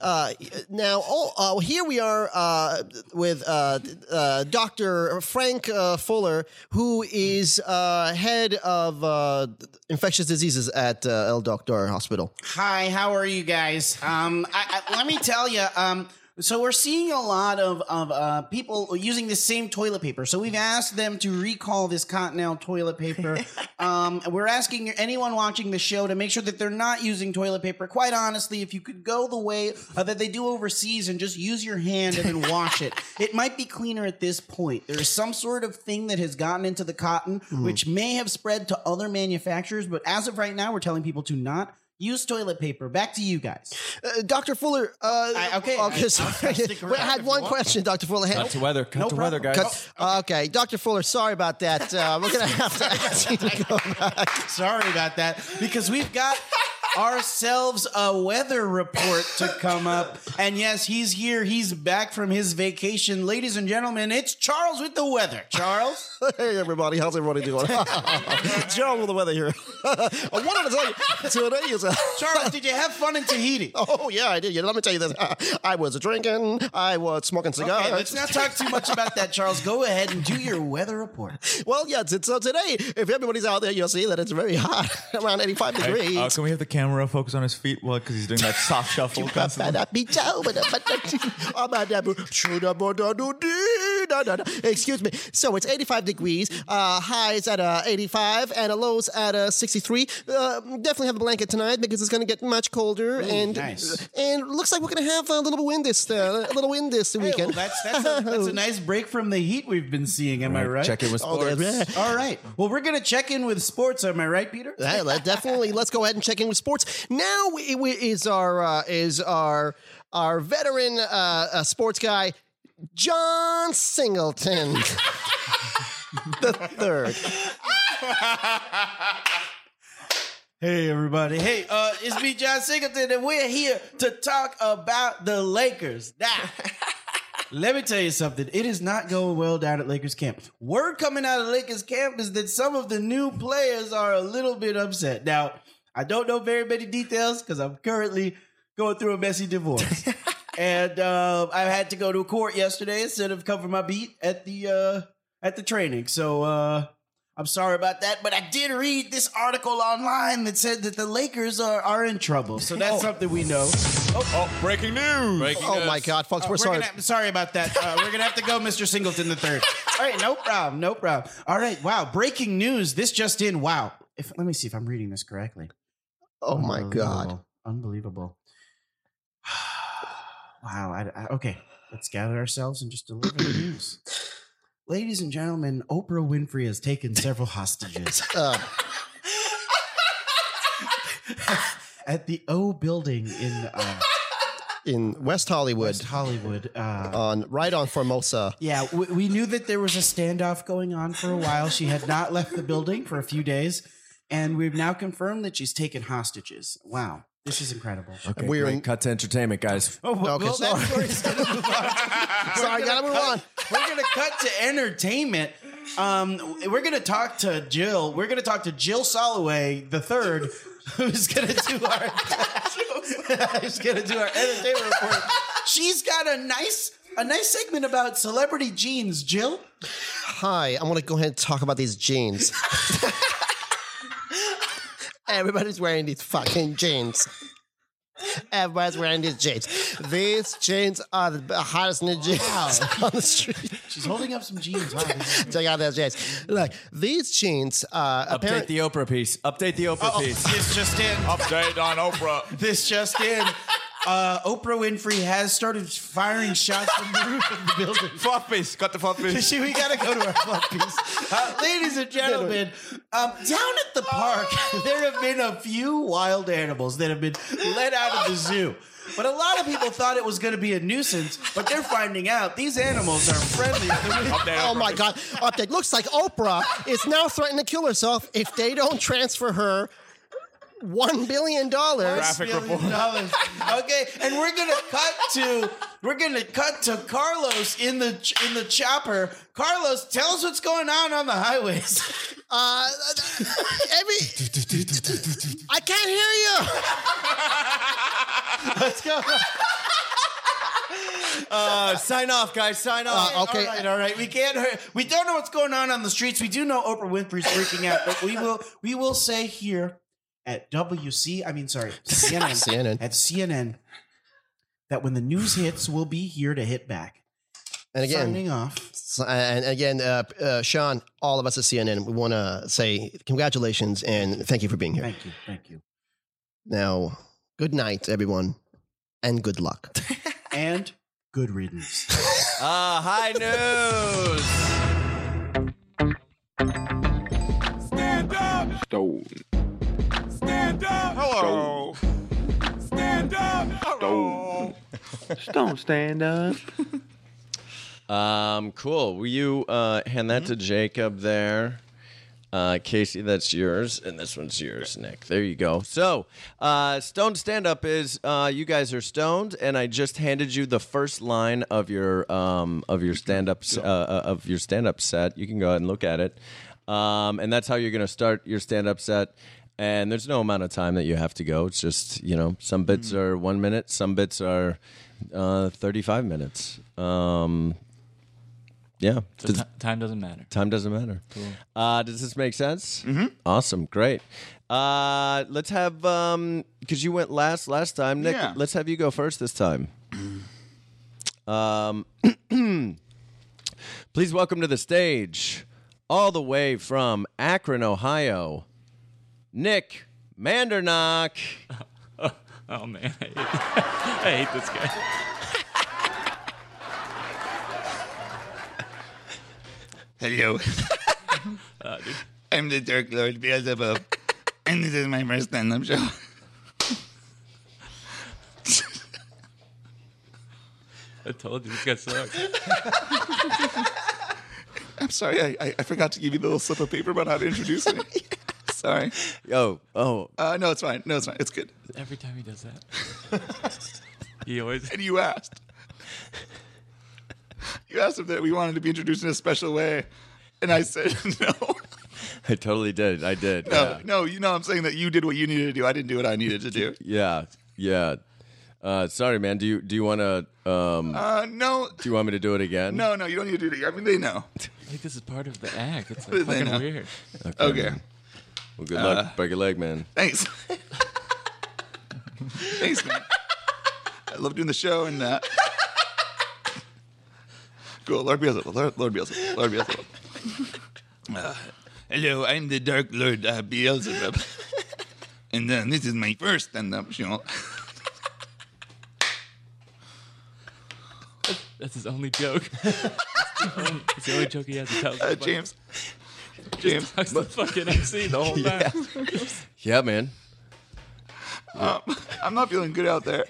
Uh, now, oh, uh, here we are uh, with uh, uh, Doctor Frank uh, Fuller, who is uh, head of uh, infectious diseases at uh, El Doctor Hospital.
Hi, how are you guys? Um, I, I, let me tell you. Um, so we're seeing a lot of of uh, people using the same toilet paper. So we've asked them to recall this Continental toilet paper. um, we're asking anyone watching the show to make sure that they're not using toilet paper. Quite honestly, if you could go the way uh, that they do overseas and just use your hand and then wash it, it might be cleaner at this point. There is some sort of thing that has gotten into the cotton,
Mhm.
which may have spread to other manufacturers. But as of right now, we're telling people to not. Use toilet paper. Back to you guys.
Uh, Dr. Fuller, uh,
okay.
Okay, sorry. Wait, I had one question, Dr. Fuller.
Cut to weather. Cut to weather, guys.
Cut- Oh, okay, Dr. Fuller, sorry about that. Uh, we're going to have to ask you to go back.
uh, Sorry about that, because we've got ourselves a weather report to come up. And yes, he's here. He's back from his vacation. Ladies and gentlemen, it's Charles with the weather. Charles?
hey, everybody. How's everybody doing? Gerald with the weather here. I wanted to tell you today is a.
Charles, did you have fun in Tahiti?
Oh, yeah, I did. Yeah, let me tell you this. I was drinking, I was smoking cigars.
Okay, let's not talk too much about that, Charles. Go ahead and do your weather report.
Well, yeah, t- so today, if everybody's out there, you'll see that it's very hot, around 85 degrees.
Hey, uh, can we have the camera focus on his feet? Well, because he's doing that soft shuffle constantly.
Excuse me. So it's 85 degrees. Uh, highs at uh, 85 and a lows at uh, 63. Uh, definitely have a blanket tonight because it's going to get much colder.
Ooh,
and
nice.
and looks like we're going to have a little wind this uh, a little wind this
Well,
weekend.
that's, that's, a, that's a nice break from the heat we've been seeing, am I
Right,
right?
check in with Oh, that's sports. right.
All right. Well, we're going to check in with sports, am I right, Peter?
Yeah, let- definitely. Let's go ahead and check in with sports. Now we, we, is our uh, is our our veteran uh, uh, sports guy John Singleton the third.
Hey everybody! Hey, uh, it's me, John Singleton, and we're here to talk about the Lakers. Now, let me tell you something. It is not going well down at Lakers camp. Word coming out of Lakers camp is that some of the new players are a little bit upset. Now, I don't know very many details because I'm currently going through a messy divorce, and uh, I had to go to court yesterday instead of covering my beat at the uh, at the training. So. Uh, I'm sorry about that, but I did read this article online that said that the Lakers are, are in trouble. So that's something we know. Oh, breaking news!
Breaking Oh, news. my God, folks, we're sorry.
Gonna, sorry about that. Uh, we're gonna have to go, Mr. Singleton the third. All right, no problem, no problem. All right, wow, breaking news. This just in. Wow. If, let me see if I'm reading this correctly.
Oh my God.
Unbelievable. Unbelievable. wow. I, I- okay, let's gather ourselves and just deliver the news. Ladies and gentlemen, Oprah Winfrey has taken several hostages.
Uh.
At the O building in uh,
in West Hollywood.
West Hollywood. Uh,
on right on Formosa.
Yeah, we, we knew that there was a standoff going on for a while. She had not left the building for a few days, and we've now confirmed that she's taken hostages. Wow, this is incredible.
Okay, We're in cut to entertainment, guys.
Oh, well, well, that story's gonna move on.
Sorry,
We're
gotta
gonna
move
cut-
on.
We're gonna cut to entertainment. Um, we're gonna talk to Jill. We're gonna talk to Jill Soloway the third, who's gonna do our who's gonna do our entertainment report. She's got a nice a nice segment about celebrity jeans. Jill,
Hi, I want to go ahead and talk about these jeans. Everybody's wearing these fucking jeans. Everybody's wearing these jeans. These jeans are the hottest new jeans on the street.
she's holding up some jeans. Wow, this is-
Check out those jeans. Look, these jeans. Uh,
Update the Oprah piece. Update the Oprah
Oh,
piece.
this just in.
Update on Oprah.
This just in. Uh, Oprah Winfrey has started firing shots from the roof of the building.
Fluff piece. Got the fluff piece.
She, we gotta go to our fluff piece. Uh, ladies and gentlemen, um, down at the park, there have been a few wild animals that have been let out of the zoo. But a lot of people thought it was going to be a nuisance, but they're finding out these animals are friendly.
Oh my God! Update. Looks like Oprah is now threatening to kill herself if they don't transfer her one billion dollars.
Graphic
report.
okay, and we're gonna cut to we're gonna cut to Carlos in the ch- in the chopper. Carlos, tell us what's going on on the highways.
Uh, every I can't hear you. Let's go.
Uh, sign off, guys. Sign off.
Uh, okay, all right, all right. We can't. Hurt. We don't know what's going on on the streets. We do know Oprah Winfrey's freaking out, but we will. We will say here at WC. I mean, sorry, CNN.
CNN.
At CNN, that when the news hits, we'll be here to hit back.
And again,
signing off.
S- And again, uh, uh, Sean, all of us at CNN, we want to say congratulations and thank you for being here.
Thank you, thank you.
Now, good night, everyone, and good luck.
and good riddance.
Uh, high news.
Stand up.
Stone.
Stand up.
Hello.
Stand up.
Stone. Stone stand up.
Um, cool. Will you uh, hand that to Jacob there? Uh, Casey, that's yours, and this one's yours, Nick. There you go. So, uh, Stone Stand Up is uh, you guys are stoned, and I just handed you the first line of your um, of your stand up uh, uh, of your stand up set. You can go ahead and look at it, um, and that's how you're going to start your stand up set. And there's no amount of time that you have to go. It's just you know some bits are one minute, some bits are uh, thirty five minutes. Um, yeah.
So
Does-
ti- time doesn't matter.
Time doesn't matter.
Cool.
Uh, does this make sense? Mm-hmm. Awesome. Great. Uh, let's have, because you went last last time, Nick,
Yeah.
let's have you go first this time. um, please welcome to the stage, all the way from Akron, Ohio, Nick Mandernock.
Oh man, I hate, I hate this guy.
Hello. I'm the Dark Lord Beelzebub, and this is my first stand-up show.
I told you this guy sucks.
I'm sorry, I, I, I forgot to give you the little slip of paper about how to introduce me. Sorry.
Yo, oh.
Uh, no, it's fine. No, it's fine. It's good.
Every time he does that, he always.
And you asked. You asked if that we wanted to be introduced in a special way, and I said no.
I totally did. I did.
No,
yeah.
no, you know, I'm saying that you did what you needed to do. I didn't do what I needed to do.
Yeah, yeah. Uh, sorry, man. Do you do you want to? Um,
Uh, no,
do you want me to do it again?
no, no, you don't need to do it. I mean, they know.
Like this is part of the act. It's
They
like fucking
know.
weird.
Okay.
man. Well, good luck.
Uh,
Break a leg, man.
Thanks. Thanks, man. I love doing the show and uh Cool, Lord Beelzebub, Lord, Lord Beelzebub, Lord Beelzebub. Uh, hello, I'm the Dark Lord uh, Beelzebub, and uh, this is my first stand-up show.
That's his only joke. it's, the only, it's the only joke he has to tell.
Uh, James, James,
That's the fucking MC the whole
Yeah.
time.
Yeah, man.
um, I'm not feeling good out there.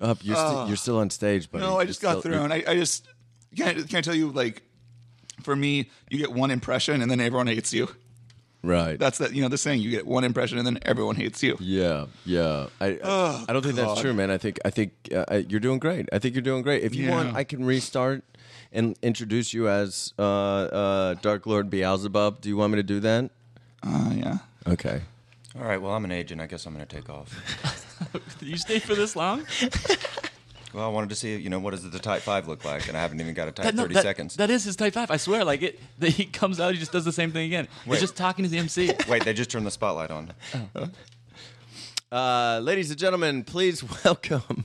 Up. Oh, You're, sti-
Uh,
you're still on stage, buddy.
No, I
You're
just got
still-
thrown. I, I just can't. Can I tell you? Like, for me, you get one impression, and then everyone hates you.
Right.
That's that. You know the saying: you get one impression, and then everyone hates you.
Yeah, yeah. I I,
Oh,
I don't think
God.
that's true, man. I think I think uh, I- you're doing great. I think you're doing great. If you
Yeah.
want, I can restart and introduce you as uh, uh, Dark Lord Beelzebub. Do you want me to do that?
Uh, yeah.
Okay.
All right. Well, I'm an agent. I guess I'm going to take off.
you stayed for this long?
Well, I wanted to see, you know, what does the type five look like, and I haven't even got a type
That- no,
thirty
that-
seconds.
That is his type five. I swear. Like it, that he comes out, he just does the same thing again. He's
Wait.
just talking to the MC.
Wait, they just turned the spotlight on.
Oh.
Uh, ladies and gentlemen, please welcome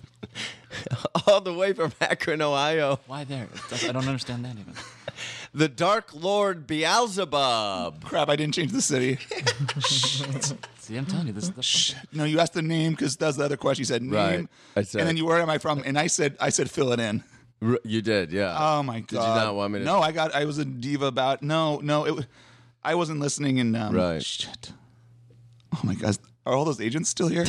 all the way from Akron, Ohio,
Why there? That's- I don't understand that even.
the Dark Lord Beelzebub.
Crap! I didn't change the city.
See, I'm telling you, this is the
Shh. No, you asked the name because that's the other question. You said name,
Right. I said-
and then you where am I from? And I said I said fill it in.
R- You did, yeah.
Oh my god!
Did you not want me to?
No, I got. I was a diva about. No, no, it. wa- I wasn't listening. And um,
Right.
Shit. Oh my gosh! Are all those agents still here?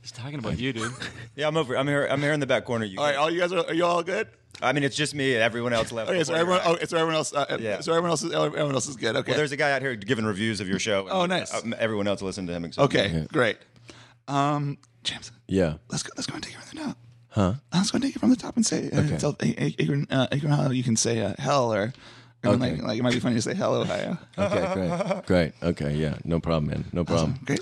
He's talking about you, dude.
Yeah, I'm over. I'm here. I'm here in the back corner. You.
all right, all you guys are. Are you all good?
I mean, it's just me. and Everyone else left.
Okay, so
before
everyone,
you
oh, so everyone else, uh,
Yeah.
so everyone else, is, everyone else is good. Okay,
Well, there's a guy out here giving reviews of your show. and,
Oh, nice.
uh, everyone else listened to him. Except
Okay,
me.
great. Um, James,
Yeah.
let's go. Let's go and take it from the top.
Huh?
Let's go and take it from the top and say, uh,
Okay.
tell A- A- Akron, uh, Akron Ohio, you can say uh, hell or, or
Okay.
like, like it might be funny to say hell Ohio.
Okay, great. Great. Okay, yeah. No problem, man. No problem.
Great.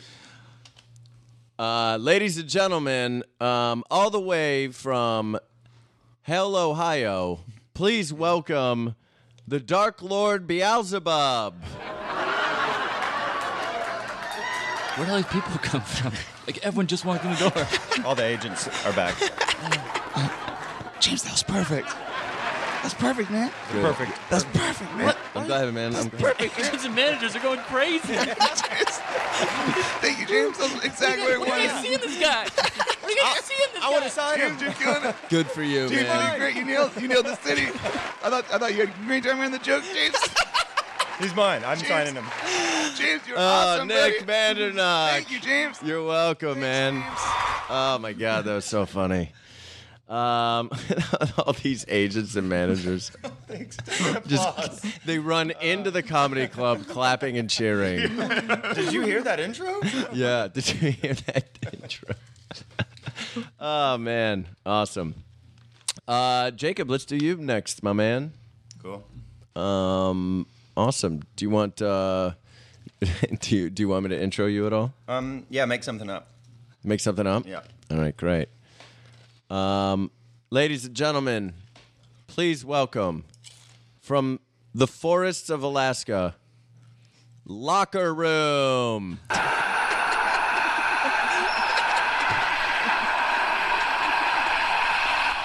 Uh, ladies and gentlemen, um, all the way from Hell, Ohio, please welcome the Dark Lord Beelzebub.
Where do all these people come from? Like everyone just walked in the door.
All the agents are back.
James, that was perfect. That's perfect, man.
Good. Perfect.
That's perfect, man.
I'm glad, man. I'm glad.
Perfect. Agents and managers are going crazy.
Thank you, James. That's exactly
We're
what
gonna
it
get
was.
to see this guy. We're gonna get to see this guy.
I want to sign James, You're killing it.
Good for you,
James, you did
man.
great. You nailed, you nailed the city. I thought, I thought you had a great time in the joke, James.
He's mine. I'm signing him.
James, you're
Oh,
awesome,
Nick
buddy.
Vandernock.
Thank you, James.
You're welcome, man. Oh my God, that was so funny. Um, all these agents and managers. Just, they run into the comedy club clapping and cheering.
Did you hear that intro?
Yeah, Uh, did you hear that intro? oh man, awesome. Uh, Jacob, let's do you next, my man.
Cool.
Um, awesome. Do you want uh, do you do you want me to intro you at all?
Um, yeah, make something up.
Make something up?
Yeah.
All right, great. Um, ladies and gentlemen, please welcome from the forests of Alaska, Locker Room.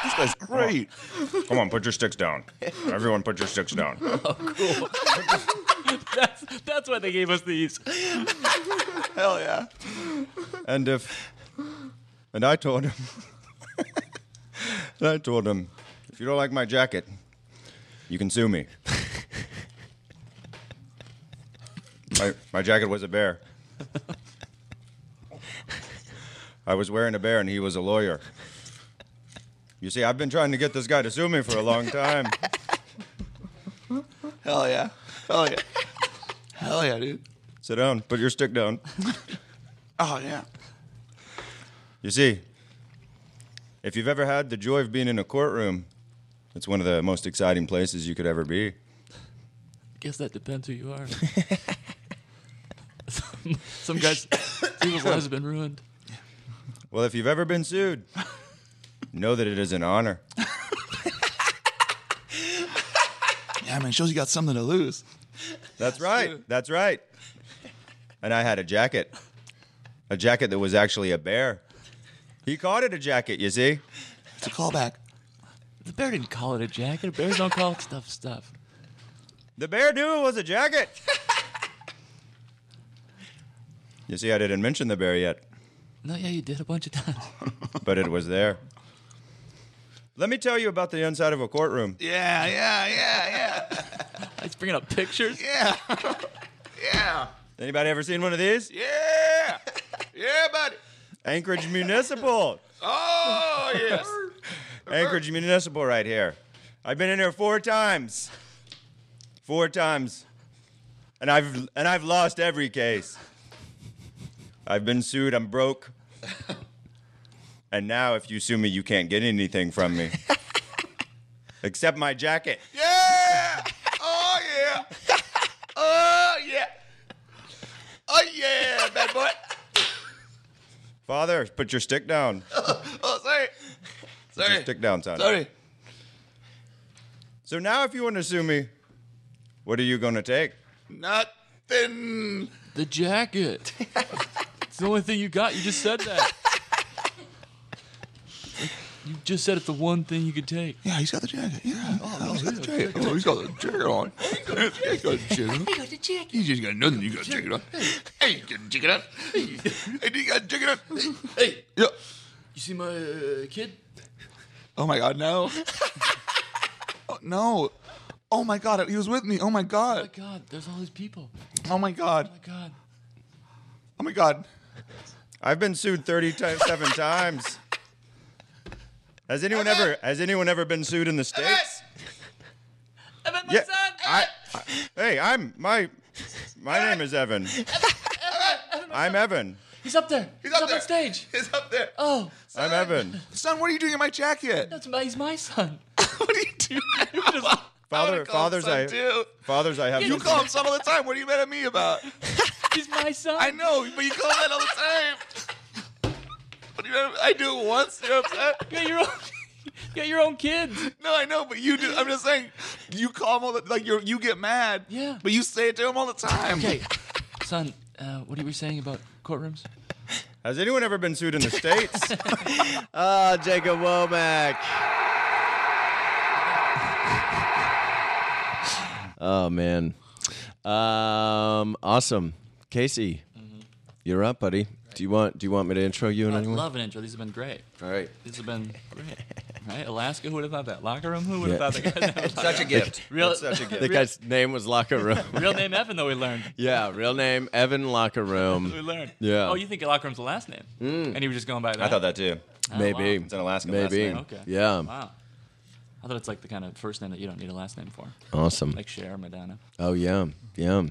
This guy's great. Come on, put your sticks down. Everyone, put your sticks down.
Oh,
that's, that's why they gave us these.
Hell yeah.
And if, and I told him, and I told him, if you don't like my jacket, you can sue me. my, my jacket was a bear. I was wearing a bear, and he was a lawyer. You see, I've been trying to get this guy to sue me for a long time.
Hell yeah. Hell yeah. Hell yeah, dude.
Sit down. Put your stick down.
Oh yeah.
You see, if you've ever had the joy of being in a courtroom, it's one of the most exciting places you could ever be.
Guess that depends who you are. some, some guys, people's lives have been ruined.
Well, if you've ever been sued, know that it is an honor.
Yeah, man. Shows you got something to lose.
That's right. That's right. And I had a jacket, a jacket that was actually a bear. He called it a jacket, you see.
It's a callback.
The bear didn't call it a jacket. Bears don't call it stuff stuff.
The bear knew it was a jacket. you see, I didn't mention the bear yet,
No, yeah, you did a bunch of times.
but it was there. Let me tell you about the inside of a courtroom.
Yeah, yeah, yeah, yeah.
It's bringing up pictures.
Yeah. yeah.
Anybody ever seen one of these?
Yeah. Yeah, buddy.
Anchorage Municipal.
Oh yes.
Anchorage Municipal right here. I've been in here four times. Four times. And I've and I've lost every case. I've been sued, I'm broke. And now if you sue me, you can't get anything from me. Except my jacket.
Yeah. Oh yeah. Oh yeah. Oh yeah, bad boy.
Father, put your stick down.
Oh sorry.
Put your
Sorry.
stick down, son.
Sorry.
So now if you want to sue me, what are you gonna take?
Nothing.
The jacket. it's the only thing you got. You just said that. you just said it's the one thing you could take.
Yeah, he's got the jacket. Yeah. Oh, he's got the jacket. Oh, he's got the jacket on. He's got the jacket on.
I got the jacket.
You just got nothing. You got to check it out. Hey, you got to check it out. Hey, you got to check it out.
Hey,
Yeah.
you see my uh, kid?
Oh my God, no. oh, no. Oh my God, he was with me. Oh my
Oh my
God.
God, there's all these people.
Oh my God.
Oh my God.
Oh my God.
I've been sued 37 times. Has anyone ever has anyone ever been sued in the states?
Evan,
Yeah, I, I- hey, I'm my my name is Evan. I'm Evan.
He's up there. He's, up, on stage.
He's up there.
Oh,
I'm Evan.
Son, what are you doing in my jacket?
that's my, he's my son.
Father, fathers,
son
I
too.
fathers, I have.
you
no-
call him son all the time. What are you mad at me about?
He's my son.
I know, but you call him that all the time. What do you mad at- I do it once. You're upset.
You got your own. You got your own kids.
No, I know, but you do. I'm just saying, you call him all the like. You you get mad.
Yeah.
But you say it to him all the time.
Okay, son, uh, what you were saying about courtrooms?
Has anyone ever been sued in the states?
Ah, Jacob Womack. Oh man, um, awesome, Casey,
Mm-hmm.
you're up, buddy. Do you want Do you want me to intro you in
I
any way?
love an intro. These have been great.
All right.
These have been great. Right? Alaska, who would have thought that? Locker room, who would
Yeah.
have thought that? guy-
Such a gift.
Real,
That's such a gift. The guy's name was Locker Room.
real name Evan, though we learned.
Yeah, real name Evan Locker Room.
We learned.
Yeah.
Oh, you think Locker Room's the last name?
Mm.
And you were just going by that?
I thought that too.
Oh,
Maybe.
wow.
It's an Alaskan last
Maybe.
name.
Okay.
Yeah.
Wow. I thought it's like the kind of first name that you don't need a last name for.
Awesome.
Like Cher, Madonna.
Oh yeah, yeah.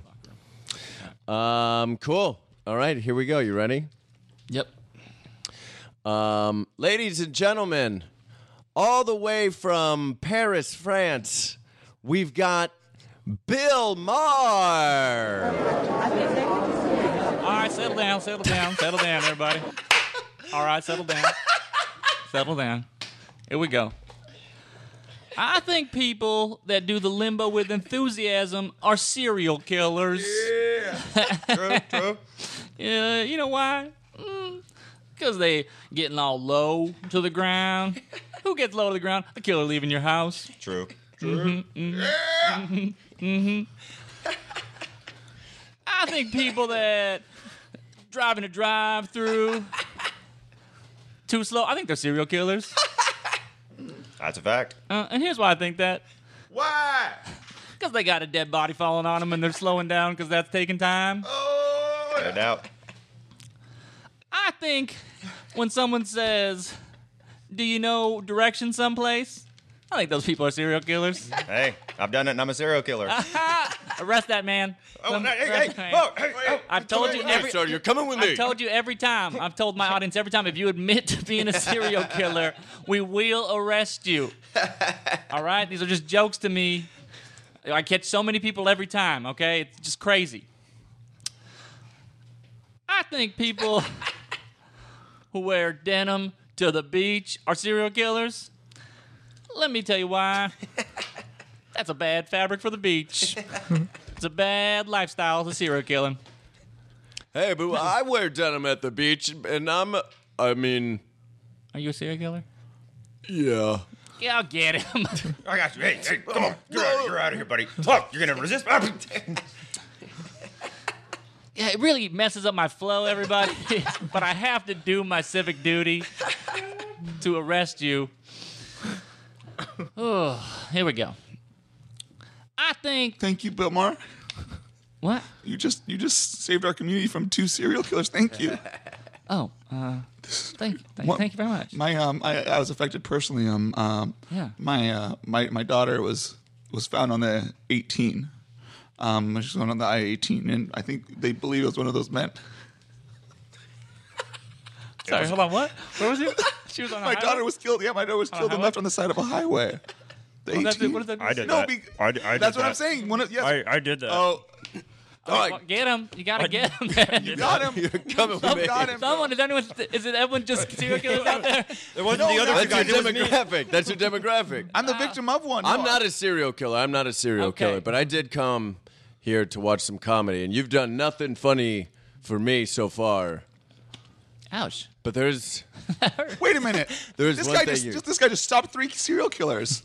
Um, cool. All right, here we go. You ready?
Yep.
Um, ladies and gentlemen, all the way from Paris, France, we've got Bill Maher.
All right, settle down, settle down, settle down, everybody. All right, settle down. Settle down. Here we go. I think people that do the limbo with enthusiasm are serial killers. Yeah. true, true. Yeah, you know why? Because they getting all low to the ground. Who gets low to the ground? A killer leaving your house. Mm-hmm,
True.
True. mm-hmm. I think people that driving a drive through too slow, I think they're serial killers.
That's a fact.
Uh, and here's why I think that.
Why?
Because they got a dead body falling on them and they're slowing down because that's taking time.
No doubt.
I think when someone says, Do you know direction someplace? I think those people are serial killers.
Hey, I've done it, and I'm a serial killer.
Arrest that man.
Oh,
Some-
no, hey,
arrest
hey,
that man.
oh, hey, oh, come
I've told
with
you
me,
every.
sir, you're coming with me.
I've told you every time. I've told my audience every time. If you admit to being a serial killer, we will arrest you. All right. These are just jokes to me. I catch so many people every time. Okay, it's just crazy. I think people who wear denim to the beach are serial killers. Let me tell you why. That's a bad fabric for the beach. It's a bad lifestyle to serial killing.
Hey, boo! I wear denim at the beach, and I'm. I mean,
are you a serial killer?
Yeah.
Yeah, I'll get him.
I got you. Hey, hey, come on. You're out, you're out of here, buddy. Look, you're going to resist.
yeah, it really messes up my flow, everybody. but I have to do my civic duty to arrest you. Oh, here we go. I think.
Thank you, Bill Maher.
What?
You just you just saved our community from two serial killers. Thank you.
Oh, uh, thank, thank,
What-
thank you very much.
My um, I, I was affected personally. Um, um
Yeah.
My uh, my my daughter was was found on the 18. Um, she's on the I-18, and I think they believe it was one of those men.
Sorry, hold on. What? Where was it? She was on. a
My
highway?
daughter was killed. Yeah, my daughter was
On a
killed and
highway?
left on the side of a highway. The
Oh, that's it.
18.
What does that
I did
no,
that.
be-
I did- I did
that's what I'm
that.
saying. One of, yes.
I, I did that.
Oh.
Oh, well, get him! You gotta get him. man.
You got him. You're
coming
Some-
with me. Got him.
Someone is anyone? Is it everyone just serial killers out there?
It
No, that's your demographic. That's your demographic.
Ah.
I'm the victim of one.
I'm
No,
not a serial killer. I'm not a serial
Okay.
killer, but I did come here to watch some comedy, and you've done nothing funny for me so far.
Ouch.
But there's
Wait a minute.
There is
this
one
guy
thing
just,
you-
just- this guy just stopped three serial killers.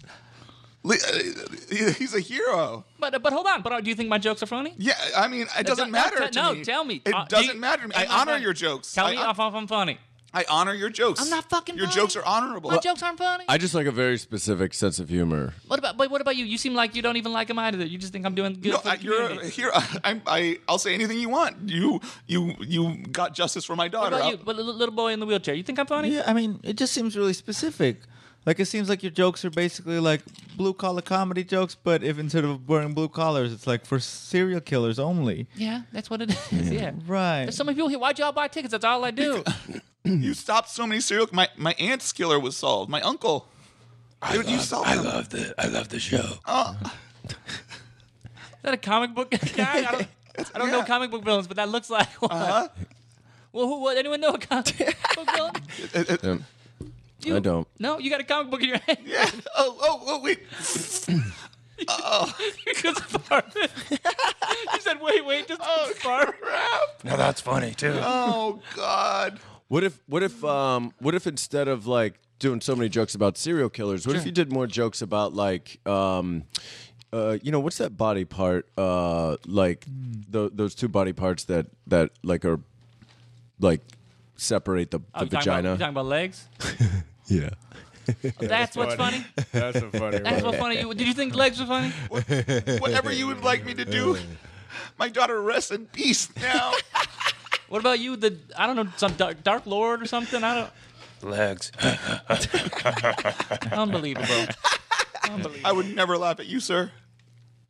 Li- uh, he- He's a hero.
But but hold on. But uh, do you think my jokes are funny?
Yeah, I mean, it doesn't matter
No,
to
no,
me.
tell me.
It
Uh, do
doesn't
you-
matter to me.
I'm
I
not
honor
funny.
your jokes.
Tell
I,
me
I,
if I'm funny.
I honor your jokes.
I'm not fucking
Your
funny.
jokes are honorable.
My jokes aren't funny.
I just like a very specific sense of humor.
What about but what about you? You seem like you don't even like him either. You just think I'm doing good
No,
for the
I, you're a
community.
hero. I'm, I, I'll say anything you want. You, you, you got justice for my
What
daughter.
about
I'll-
you? But the little boy in the wheelchair. You think I'm funny?
Yeah, I mean, it just seems really specific.
Like it seems like your jokes are basically like blue collar comedy jokes, but if instead of wearing blue collars, it's like for serial killers only.
Yeah, that's what it is. Yeah.
Right.
There's so many people here. Why'd y'all buy tickets? That's all I do.
you stopped so many serial. My my aunt's killer was solved. My uncle. I Dude, you solved. I love the I love the show. Oh,
Is that a comic book guy? I don't, I don't know comic book villains, but that looks like one.
Uh-huh.
Well, who would anyone know a comic book villain?
Um, I don't.
No, you got a comic book in your hand.
Yeah. Oh, oh, oh, wait.
Oh. you just farted. you said, wait, wait, just oh, fart.
Now that's funny too.
oh God.
What if what if um what if instead of like doing so many jokes about serial killers, what if
Sure.
you did more jokes about like um uh, you know what's that body part? Uh, like
Hmm.
tho- those two body parts that that like are like separate the,
Oh,
the
you talking about-
vagina.
you talking about legs?
yeah.
That's what's funny.
That's a funny
That's
one.
what's funny. You- Did you think legs were funny?
Whatever you would like me to do. My daughter rests in peace now.
What about you? The I don't know some dark, dark lord or something. I
Legs.
don't. Unbelievable.
I would never laugh at you, sir.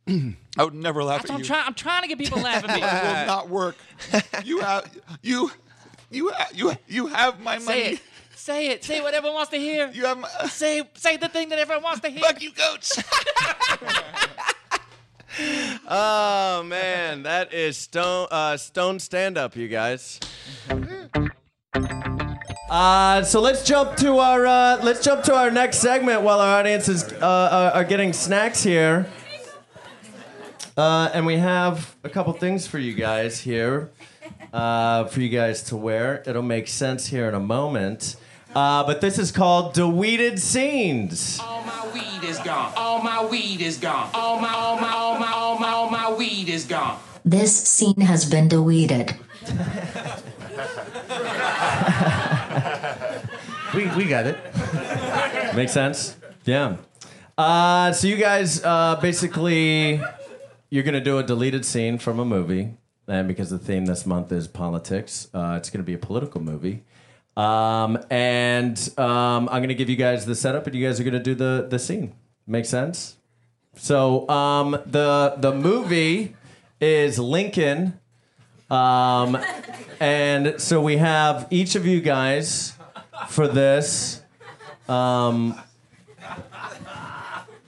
I would never laugh
That's
at
what I'm
you.
trying. I'm trying to get people to laugh at me.
It will not work. You have you you ha- you you have my money.
Say it. Say it. Say what everyone wants to hear.
You have my,
say say the thing that everyone wants to hear.
Fuck you, coach.
Oh man, that is Stone uh, Stone stand up, you guys. Uh, so let's jump to our uh, let's jump to our next segment while our audience is uh, are- are getting snacks here, uh, and we have a couple things for you guys here uh, for you guys to wear. It'll make sense here in a moment, uh, but this is called Deweeded Scenes.
my weed is gone. All my weed is gone. All my, all my, all my, all my, all my weed is gone.
This scene has been deleted.
We, we got it. Makes sense. Yeah. Uh, so you guys uh, basically you're gonna do a deleted scene from a movie, and because the theme this month is politics, uh, it's gonna be a political movie. Um, and um, I'm gonna give you guys the setup, and you guys are gonna do the the scene. Make sense? So um, the the movie is Lincoln. Um, and so we have each of you guys for this um,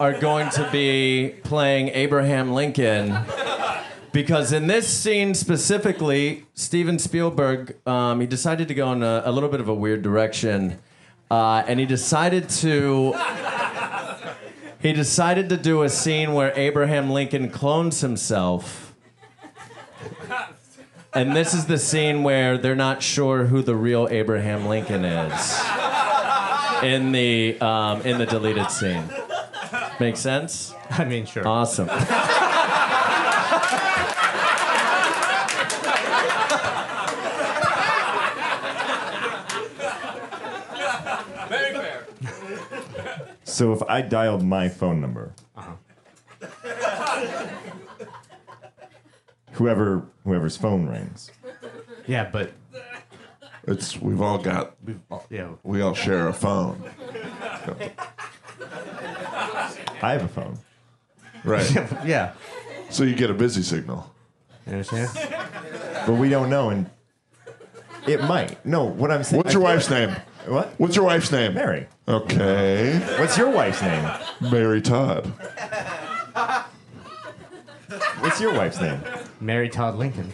are going to be playing Abraham Lincoln. Because in this scene specifically, Steven Spielberg um, he decided to go in a, a little bit of a weird direction, uh, and he decided to he decided to do a scene where Abraham Lincoln clones himself. And this is the scene where they're not sure who the real Abraham Lincoln is in the um, in the deleted scene. Make sense? I mean, sure. Awesome.
Very fair.
So if I dial my phone number,
Uh-huh.
whoever whoever's phone rings,
Yeah, but
it's we've all got
we've all, yeah.
we all share a phone. I have a phone. Right.
yeah.
So you get a busy signal.
You understand?
But we don't know, and it might. No, what I'm saying. What's your wife's name? What? What's your wife's name? Mary. Okay. What's your wife's name? Mary Todd.
What's your wife's name? Mary Todd Lincoln.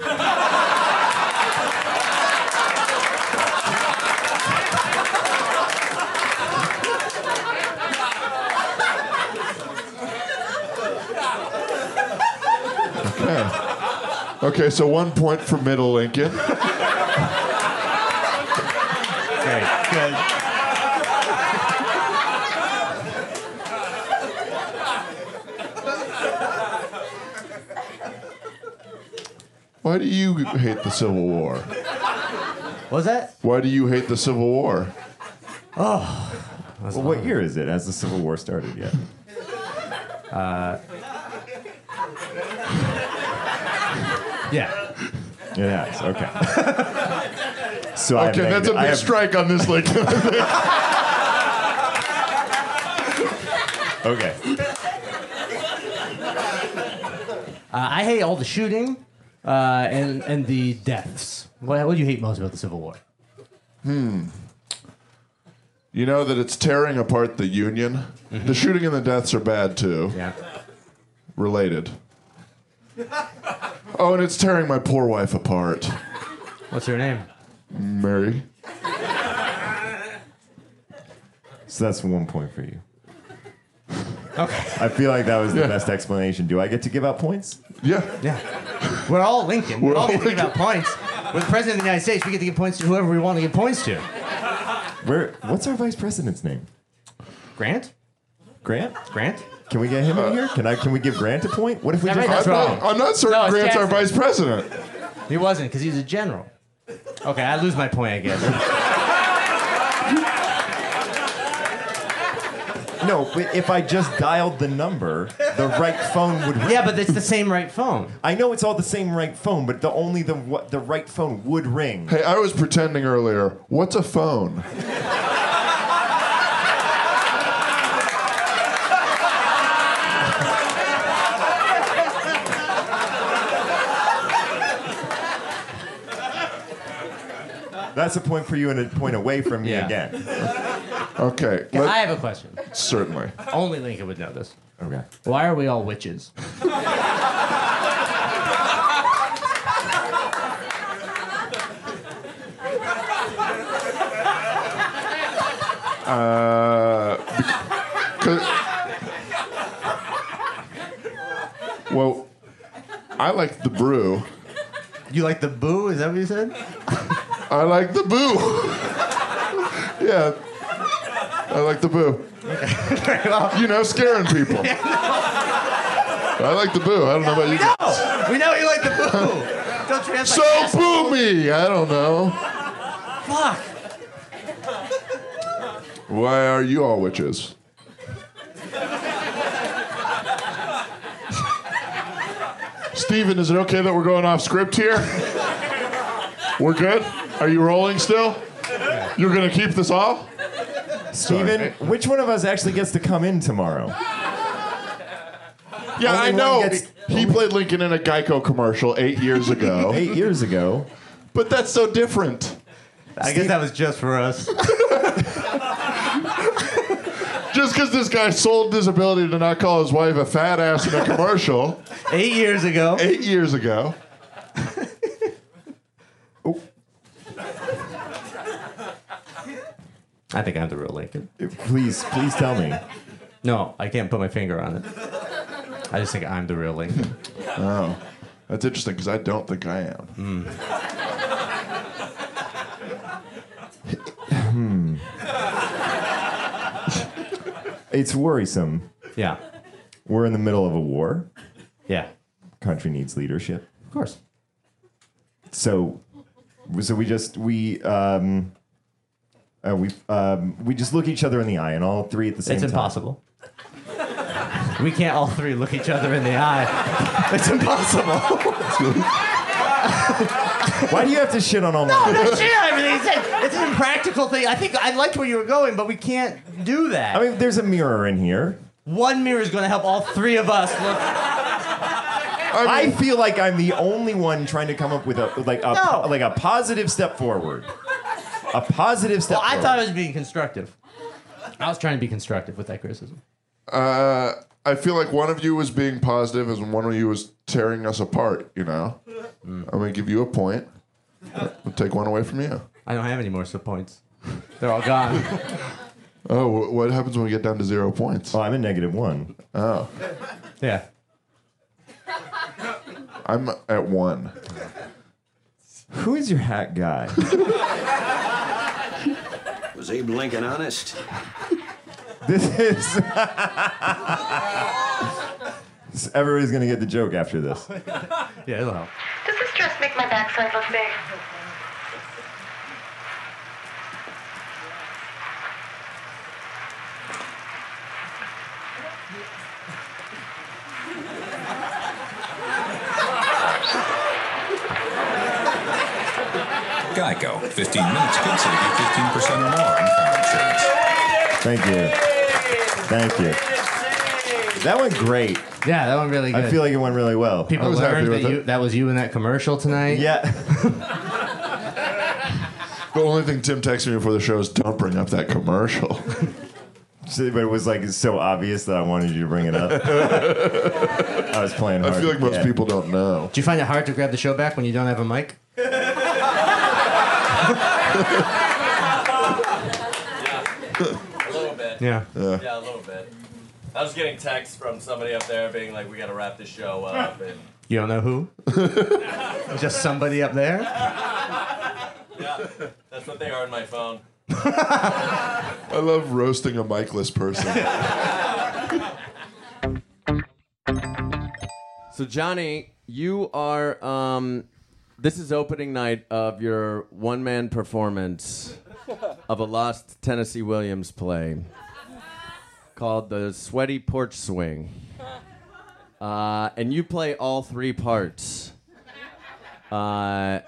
Okay. Okay, so one point for middle Lincoln.
Great. Good.
Why do you hate the Civil War?
What's that?
Why do you hate the Civil War?
Oh.
Well, what year is it? Has the Civil War started yet?
Uh, yeah.
It has. Okay. so I have okay, that's negative- a big I have- strike on this Lincoln. Okay.
Uh, I hate all the shooting uh, and and the deaths. What, what do you hate most about the Civil War?
Hmm. You know that it's tearing apart the Union.
Mm-hmm.
The shooting and the deaths are bad too. Yeah. Related. Oh, and it's tearing my poor wife apart.
What's her name?
Mary.
So that's one point for you.
Okay.
I feel like that was the
Yeah.
best explanation. Do I get to give out points?
Yeah.
Yeah. We're all Lincoln. We're,
We're
all
all
get to give out points. We're the president of the United States. We get to give points to whoever we want to give points to.
Where? What's our vice president's name?
Grant.
Grant.
Grant.
Can we get him in here? Can I? Can we give Grant a point? What if we
Yeah,
just?
right, that's I'm not- wrong. I'm not certain No, it's Grant's our Cassidy. vice
president.
He wasn't because he was a general. Okay, I lose my point, I guess.
No, but if I just dialed the number, the right phone would. Ring.
Yeah, but it's the same right phone.
I know it's all the same right phone, but the only the what the right phone would ring.
Hey, I was pretending earlier. What's a phone?
That's a point for you and a point away from me
Yeah.
again.
Okay.
Can I have a question.
Certainly.
Only Lincoln would know this.
Okay.
Why are we all witches?
Uh, because, well, I like the brew.
You like the boo? Is that what you said?
I like the boo. yeah, I like the boo. You know, scaring people. I like the boo. I don't know about you. guys.
Oh, we know you like the boo. Don't translate.
So boo me. I don't know.
Fuck.
Why are you all witches? Steven, is it okay that we're going off script here? We're good? Are you rolling still? You're going to keep this off?
Steven, which one of us actually gets to come in tomorrow?
Yeah,
Only
I
one
know.
gets-
he played Lincoln in a Geico commercial eight years ago.
eight years ago.
But that's so different.
I guess that was just for us.
Just because this guy sold his ability to not call his wife a fat ass in a commercial.
Eight years ago.
Eight years ago.
I think I'm the real Lincoln.
Please, please tell me.
No, I can't put my finger on it. I just think I'm the real Lincoln.
Oh, that's interesting because I don't think I am.
Hmm. it's worrisome.
Yeah.
We're in the middle of a war.
Yeah.
Country needs leadership.
Of course.
So, so we just we um, uh, we um, we just look each other in the eye, and all three at the same
It's
time.
impossible. We can't all three look each other in the eye. It's impossible.
Why do you have to shit on all my?
no, no shit. I mean, it's, a- it's an impractical thing. I think I liked where you were going, but we can't do that.
I mean, there's a mirror in here.
One mirror is going to help all three of us look.
I, feel like I'm the only one trying to come up with a like a
No.
like a positive step forward. A positive step.
Well, I
forward.
thought I was being constructive. I was trying to be constructive with that criticism.
Uh, I feel like one of you was being positive and one of you was tearing us apart, you know?
Hmm.
I'm going to give you a point. I'll take one away from you.
I don't have any more sub points. They're all gone.
Oh, wh- what happens when we get down to zero points? Oh,
I'm in negative one.
Oh.
Yeah.
I'm at one.
Who is your hat guy?
Was Abe Lincoln honest?
This is. Everybody's gonna get the joke after this.
Yeah, it'll help.
Does this dress make my backside look big?
Geico. 15 minutes could save you 15% or more on car insurance.
Thank you. Thank you. That went great.
Yeah, that went really good.
I feel like it went really well.
People learned that you, that was you in that commercial tonight.
Yeah.
The only thing Tim texted me before the show is don't bring up that commercial.
So- but it was like so obvious that I wanted you to bring it up. I was playing.
I
Hard.
feel like most people don't know.
Do you find it hard to grab the show back when you don't have a mic?
A little bit.
Yeah.
yeah.
Yeah.
a little bit. I was getting texts from somebody up there being like, we got to wrap this show up. And
You don't know who? Just somebody up there?
yeah, that's what they are on my phone.
I love roasting a micless person.
So Johnny, you are um this is opening night of your one man performance of a lost Tennessee Williams play called The Sweaty Porch Swing. Uh, and you play all three parts. Uh,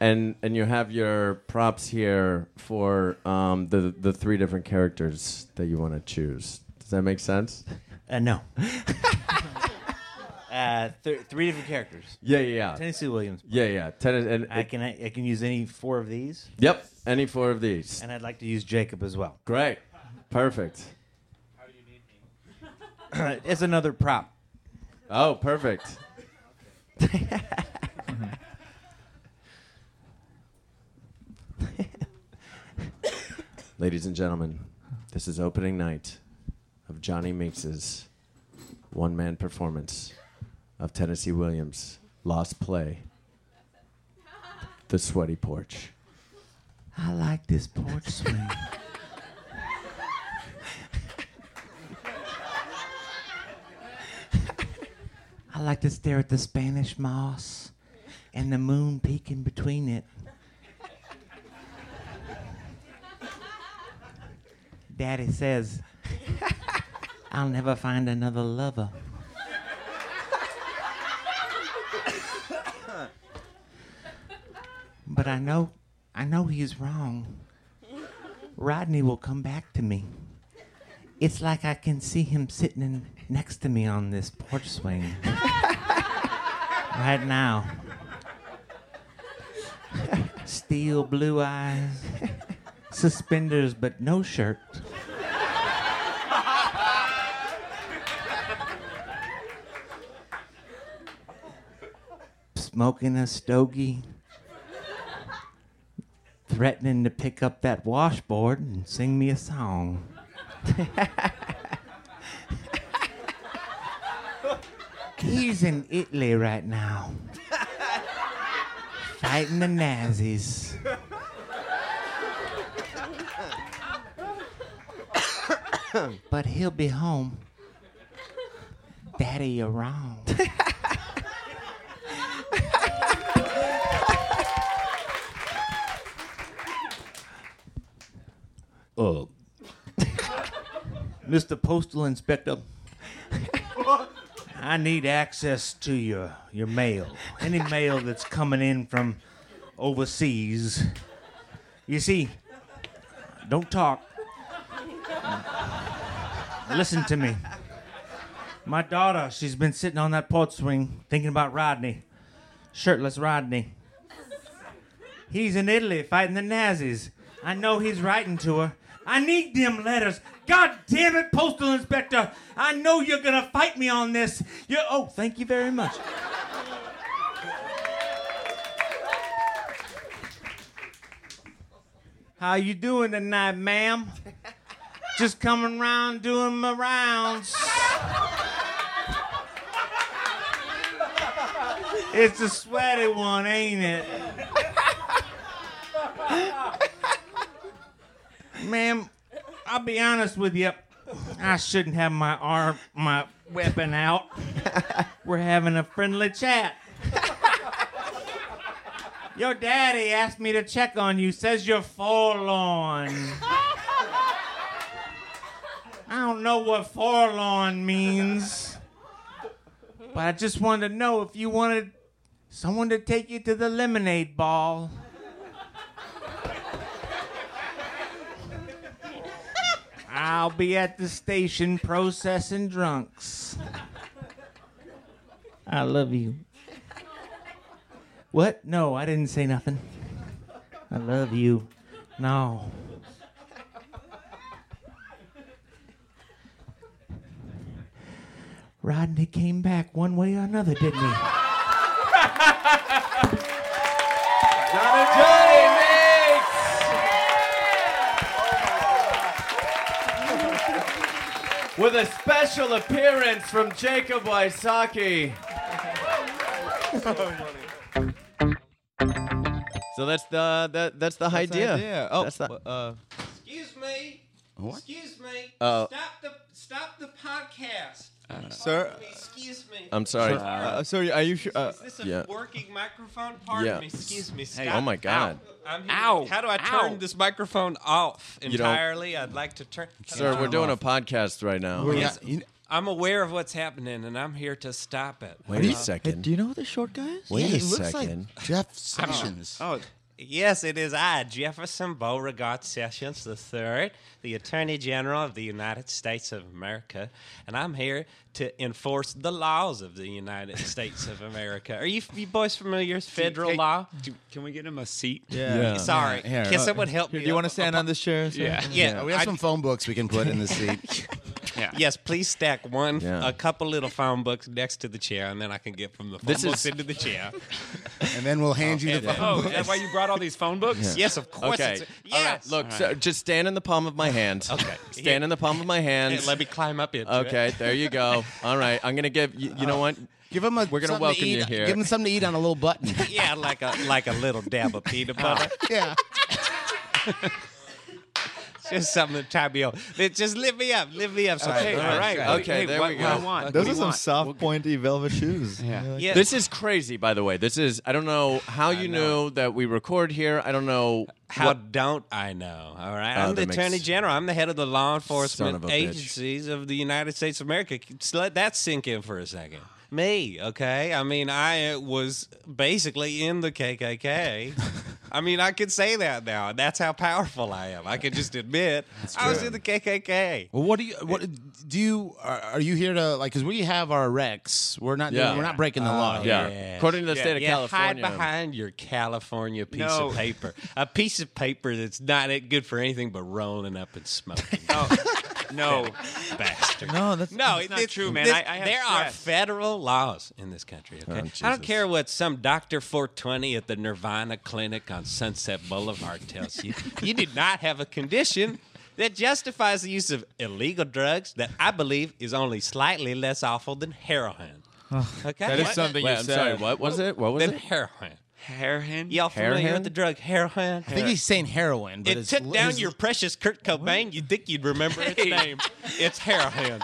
and and you have your props here for um, the the three different characters that you want to choose. Does that make sense?
Uh, no. Uh, th- three different characters.
Yeah, yeah, yeah.
Tennessee Williams.
Yeah, yeah. Tennis, and
I can I, I can use any four of these,
Yep, any four of these.
and I'd like to use Jacob as well.
Great, perfect.
it's another prop.
Oh, perfect. Ladies and gentlemen, this is opening night of Johnny Meeks's one man performance of Tennessee Williams' Lost Play, The Sweaty Porch.
I like this porch swing. I like to stare at the Spanish moss and the moon peeking between it. Daddy says, I'll never find another lover. But I know, I know he's wrong. Rodney will come back to me. It's like I can see him sitting in, next to me on this porch swing right now. Steel blue eyes, suspenders but no shirt. Smoking a stogie threatening to pick up that washboard and sing me a song. He's in Italy right now, fighting the Nazis. but he'll be home. Daddy, you're wrong. Uh, Mr. Postal Inspector, I need access to your, your mail. Any mail that's coming in from overseas. You see, don't talk. Listen to me. My daughter, she's been sitting on that porch swing thinking about Rodney. Shirtless Rodney. He's in Italy fighting the Nazis. I know he's writing to her. I need them letters. God damn it, Postal Inspector. I know you're gonna fight me on this. You oh, thank you very much. How you doing tonight, ma'am? Just coming round doing my rounds. It's a sweaty one, ain't it? Ma'am, I'll be honest with you. I shouldn't have my arm, my weapon out. We're having a friendly chat. Your daddy asked me to check on you, says you're forlorn. I don't know what forlorn means, but I just wanted to know if you wanted someone to take you to the lemonade ball. I'll be at the station processing drunks. I love you. What? No, I didn't say nothing. I love you. No. Rodney came back one way or another, didn't he?
With a special appearance from Jacob Wysocki.
Oh,
So that's the that, that's the
That's the
idea.
idea. Oh,
that's the,
uh,
Excuse me.
What?
Excuse me.
Oh.
Stop the stop the podcast.
Uh,
Sir,
Sir-
excuse me.
I'm sorry.
Sir,
Uh,
sorry, are you sure?
Is this a working microphone? Pardon
Yeah.
me. Excuse me.
Hey,
Scott.
oh my God.
I'm here. How do I turn this microphone off
You don't-
entirely? I'd like to turn. How do I
Sir,
turn
we're
it
doing
off?
a podcast right now.
Yes, I'm aware of what's happening, and I'm here to stop it.
Wait a second.
do you know who this short guy is?
Wait a second.
Jeff Sessions. Oh, yes, it is I, Jefferson Beauregard Sessions III, the Attorney General of the United States of America, and I'm here to enforce the laws of the United States of America. Are you, you boys familiar with federal
hey,
law? can we get him a seat?
Yeah. Yeah.
Sorry.
Yeah,
Can
uh,
someone help
here,
me?
do you want
up?
to stand on this chair? or something?
Yeah. Yeah.
we have
I-
some phone books we can put in the seat.
Yes, please stack one,
Yeah.
a couple little phone books next to the chair, and then I can get from the phone
This
books
is-
into the chair.
and then we'll hand you the phone
Oh,
books.
that's why
you brought all these phone books?
Yeah. Yes, of course
Okay.
it's-
All right,
yes.
Look,
All
so
right.
just stand in the palm of my hand. okay. Stand in the palm of my hand.
Hey, let me climb up into it.
Okay, there you go. All right, I'm gonna give you. You know what?
Give him a.
We're gonna
something
welcome
eat.
you here.
Give him something to eat on a little button.
yeah, like a like a little dab of peanut butter.
yeah.
Just something to tap me up. Just lift me up, lift me up. So
Okay,
all right.
Okay, there we go.
Those are some soft, pointy velvet shoes. Yeah.
Yeah.
This is crazy, by the way. This is I don't know how you knew that we record here. I don't know
How don't I know? All right,
Oh,
I'm the
that makes-
Attorney General. I'm the head of the law enforcement
Son of a bitch.
agencies of the United States of America. Just let that sink in for a second. Me, okay? I mean, I uh, was basically in the KKK. I mean, I could say that now. That's how powerful I am. I can just admit I was
true.
in the KKK.
Well, what do you? What do you? Are, are you here to like? Because we have our recs. We're not. Doing, we're not breaking the law.
Oh,
here.
yes. Yeah, yeah, Hide behind your California piece
No.
of paper. A piece of paper that's not good for anything but rolling up and smoking.
No.
Bastard.
No, that's-
no,
that's not
it's-
true, man.
this-
I- I have
there are
stress.
federal laws in this country.
Oh,
Okay, I
Jesus.
don't care what some doctor 420 at the Nirvana Clinic on Sunset Boulevard tells you. you do not have a condition that justifies the use of illegal drugs that I believe is only slightly less awful than heroin. Okay,
That is something you
Wait, I'm
said.
sorry,
what was it? What was
than
it?
heroin.
Heroin.
Y'all familiar with the drug heroin?
I think he's saying heroin, but
it
it's
took down
his-
your precious Kurt Cobain. You'd think you'd remember its
Hey.
name. It's heroin.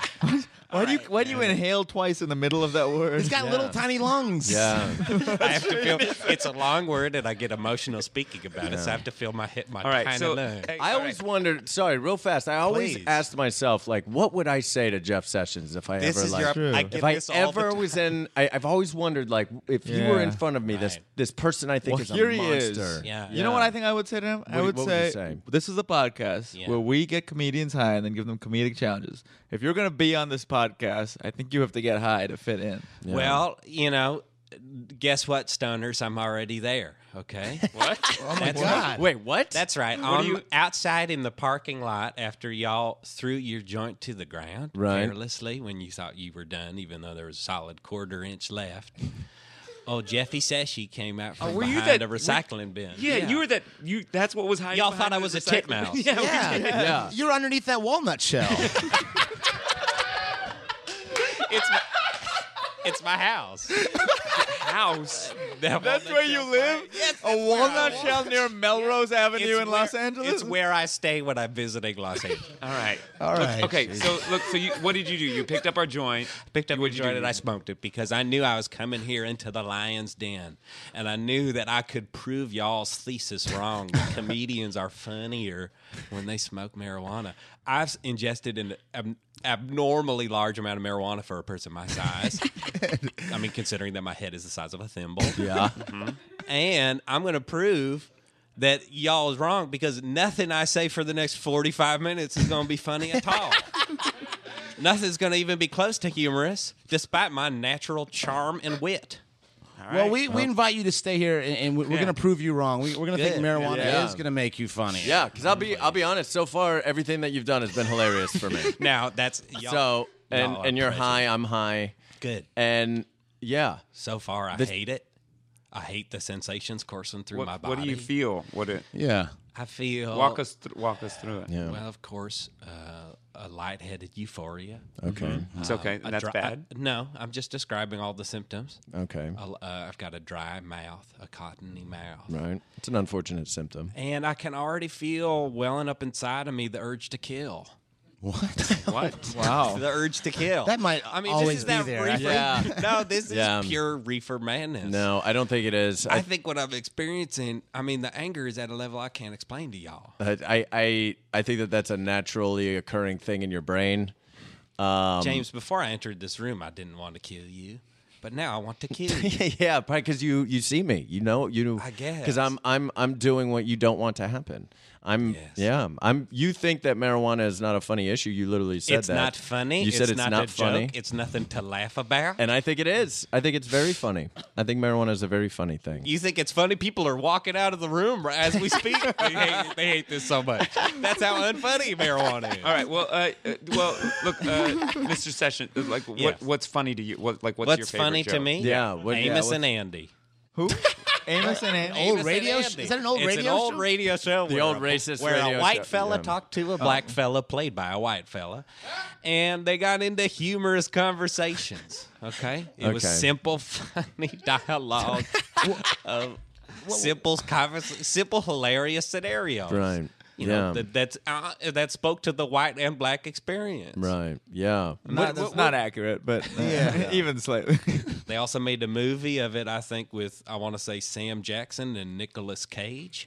Why do you why do you inhale twice in the middle of that word?
He's got little tiny lungs.
Yeah.
I have to feel it's a long word, and I get emotional speaking about it. So
Yeah.
I have to feel my hit, my tiny lung.
I always wondered. Sorry, real fast. I always
Please.
asked myself, like, what would I say to Jeff Sessions if I
This
ever
is
like,
your- True. I get
if I
this all the
ever was in? I, I've always wondered, like, if you were in
Yeah.
front of me, this this person I think
Well,
is
here
a
he
monster.
is. You know what I think I would say to him? I
What-
would
what would
say,
you say?
this is a podcast where we get comedians high and then give them comedic challenges. If you're going to be on this podcast, I think you have to get high to fit in.
Well, you know, guess what, stoners? I'm already there. Okay. What?
oh my God.
Wait, what?
That's right.
What
I'm
do you-
outside in the parking lot after y'all threw your joint to the ground
Right.
carelessly when you thought you were done, even though there was a solid quarter inch left. Oh, Jeffy Seshi came out from
Oh, were you
behind
that-
a
were-
recycling bin.
Yeah, you were that. You that's what was hiding.
Y'all
behind
thought I
the
was a
recycling-
titmouse.
yeah,
Yeah.
we did.
yeah. You're underneath that walnut shell.
it's my, it's my house. house.
That's where you live? a walnut shell near Melrose Avenue
It's
in
where-
Los Angeles?
It's where I stay when I'm visiting Los Angeles.
All right.
All
Look, okay, so look, so you what did you do? You picked up our joint.
Picked up
What'd
a
you
joint
do?
and I smoked it because I knew I was coming here into the lion's den, and I knew that I could prove y'all's thesis wrong. that comedians are funnier when they smoke marijuana. I've ingested an ab- abnormally large amount of marijuana for a person my size. I
Mm-hmm.
mean, considering that my head is the size of a thimble.
Yeah.
And I'm going to prove that y'all is wrong because nothing I say for the next 45 minutes is going to be funny at all. Nothing's going to even be close to humorous, despite my natural charm and wit.
Well, we, we invite you to stay here, and, and we- we're
Yeah.
going to prove you wrong. We, we're going to think
Good.
marijuana
Yeah.
is going to make you funny.
Yeah, because I'll be I'll be honest. So far, everything that you've done has been hilarious for me.
now that's y'all-
so, and
y'all are
and you're
crazy.
high, I'm high.
Good.
And yeah,
So far, I
The-
hate it. I hate the sensations coursing through
What-
my body.
what do you feel? What it?
Yeah.
I feel.
Walk us thr- walk us through it.
Well, of course, uh, a lightheaded euphoria. Uh,
Okay. Mhm. It's okay,
a
that's
dry-
bad?
I- no, I'm just describing all the symptoms.
Okay.
A l- uh, I've got a dry mouth, a cottony mouth.
right. It's an unfortunate symptom.
And I can already feel welling up inside of me the urge to kill.
What?
Wow.
the urge to kill.
That might
I mean,
always
this is
be
that
there, I
Reefer.
think.
No, this
Yeah.
is pure reefer madness.
No, I don't think it is.
I think what I'm experiencing, I mean, the anger is at a level I can't explain to y'all.
I, I I think that that's a naturally occurring thing in your brain. Um,
James, before I entered this room, I didn't want to kill you, but now I want to kill you.
yeah, probably because you you see me, you know, you. I
guess.
because I'm I'm I'm doing what you don't want to happen. I'm yeah. I'm. You think that marijuana is not a funny issue? You literally said
it's
that.
not funny.
You said it's,
not,
not,
a
funny.
joke. It's nothing to laugh about.
And I think it is. I think it's very funny. I think marijuana is a very funny thing.
You think it's funny? People are walking out of the room right as we speak. they, hate, they hate this so much. That's how unfunny marijuana is.
All right. Well, uh, uh, well, look, uh, Mr. Session, like, what,
Yes.
what's funny to you? What, like, what's, your
What's
favorite
funny to
joke?
me? Yeah, what- Amos yeah, what's- and Andy.
Who?
Amos and Andy.
Amos and Andy. it's an old radio show.
The
where
old
a-
racist
where
radio
a white
show.
fella
Yeah. Uh-huh.
talked to
Oh.
a black fella played by a white fella, and they got into humorous conversations. Okay, it was
Okay.
simple, funny dialogue of simple, convers- simple, hilarious scenarios.
Right.
You know,
Yeah.
that, that's uh, that spoke to the white and black experience.
Right. Yeah.
Not- What- that's what- not what-
accurate, but
Yeah.
even slightly.
They also made a movie of it, I think, with I want to say Sam Jackson and Nicolas Cage.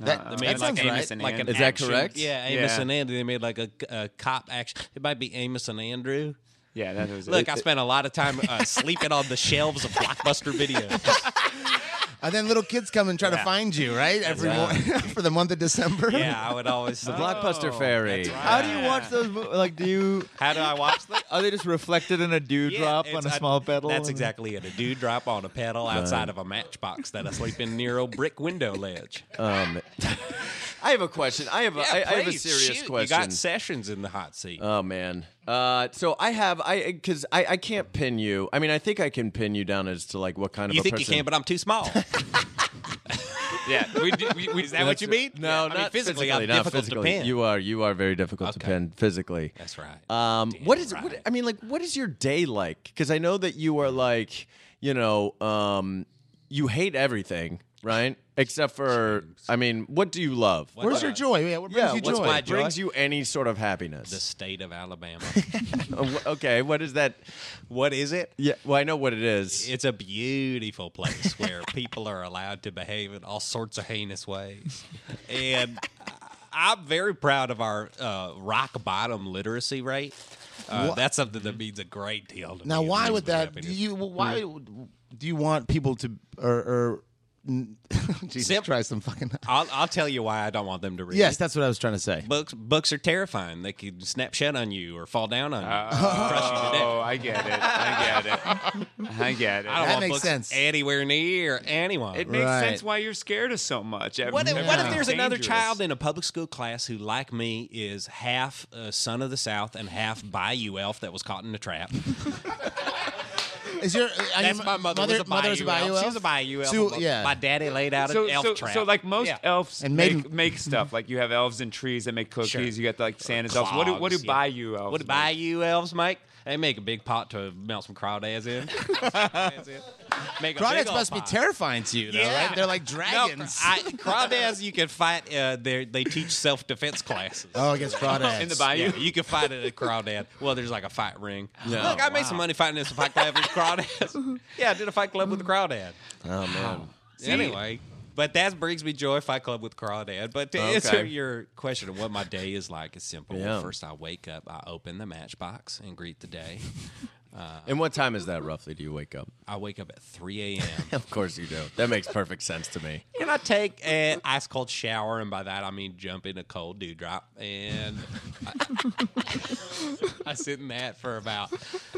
That-
they
that
made like,
sounds right.
Amos and
Like
Andy.
an Is that action- correct?
Yeah, Amos
Yeah.
and Andy. They made like a, a cop action. It might be Amos and Andrew.
Yeah, that was it.
Look, I
It-
spent a lot of time uh, sleeping on the shelves of blockbuster videos.
And then little kids come and try to
Yeah.
find you, right?
That's
Every
right.
mor- for the month of December.
yeah, I would always "Oh,
The blockbuster fairy.
How do you watch those? mo- Like, do you?
How do I watch them?
Are they just reflected in a dewdrop
Yeah,
on a
it's- I-
small pedal?
That's
and-
exactly it. A dewdrop on a pedal outside of a matchbox that I sleep in near a brick window ledge.
Um, I have a question. I have a,
Yeah,
I, I have a
please,
serious
shoot, You
question.
got Sessions in the hot seat.
Oh man. Uh, so I have I because I, I can't pin you. I mean, I think I can pin you down as to like what kind of
You
a
think
person.
you can, but I'm too small.
yeah, we, do, we, we
Is that what you mean?
No,
I mean,
not
physically,
physically.
I'm
not
difficult to
physically.
pin.
You are you are very difficult to pin physically.
That's right.
Um, what is what I mean? Like, what is your day like? Because I know that you are like you know um, you hate everything, right? Except for I mean, what do you love?
Where's your joy? Yeah, what brings
yeah,
you
what's-
joy?
what brings you any sort of happiness?
The state of Alabama.
okay, what is that?
What is it?
Yeah, well, I know what it is.
It's a beautiful place where people are allowed to behave in all sorts of heinous ways. And I'm very proud of our uh, rock bottom literacy rate. Uh,
Wha-
that's something that means a great deal to
Now,
me. It
why
means
would
my
that?
happiness.
Do you why do you want people to or, or n- Jesus Christ? I'm fucking.
I'll, I'll tell you why I don't want them to read.
Yes, that's what I was trying to say.
Books, books are terrifying. They could snap shut on you or fall down on you. crush you to death.
Oh, I get it. I get it. I get it.
I don't want books anywhere near anyone.
It makes sense why you're scared of so much.
What if, what if there's another
Dangerous.
child in a public school class who, like me, is half uh, son of the South and half Bayou elf that was caught in a trap?
Is your are
That's
your
my mother, was a Bayou,
mother's a
elf.
Bayou
She was a Bayou elf.
So,
My-
yeah.
My daddy laid out
so,
an elf
so,
trap.
So like most
Yeah.
elves
And
make,
made-
make stuff. Like you have elves and trees that make cookies.
Sure.
You got like Santa's elves. What do what do
Clogs, yeah.
bayou elves?
What do Bayou elves make? They make a big pot to melt some crawdads in. Make a big
Crawdads
old
must be
pot.
terrifying to you, though,
Yeah.
right? They're like
No,
dragons.
I, crawdads you can fight. Uh, they they teach self defense classes.
Oh, against crawdads. In the bayou?
Yeah, you can fight at a crawdad. Well, there's like a fight ring.
Yeah.
Look, I
Oh,
made some money fighting in some fight club with crawdads. yeah, I did a fight club with a crawdad.
Oh man.
Anyway. But that brings me joy, Fight Club with Crawdad. But to
Okay.
answer your question of what my day is like, it's simple.
Yeah.
First, I wake up, I open the matchbox and greet the day. Uh,
and what time is that roughly? Do you wake up?
I wake up at 3 a.m.
of course you do. That makes perfect sense to me.
And I take an ice cold shower, and by that I mean jump in a cold dewdrop, and I, I sit in that for about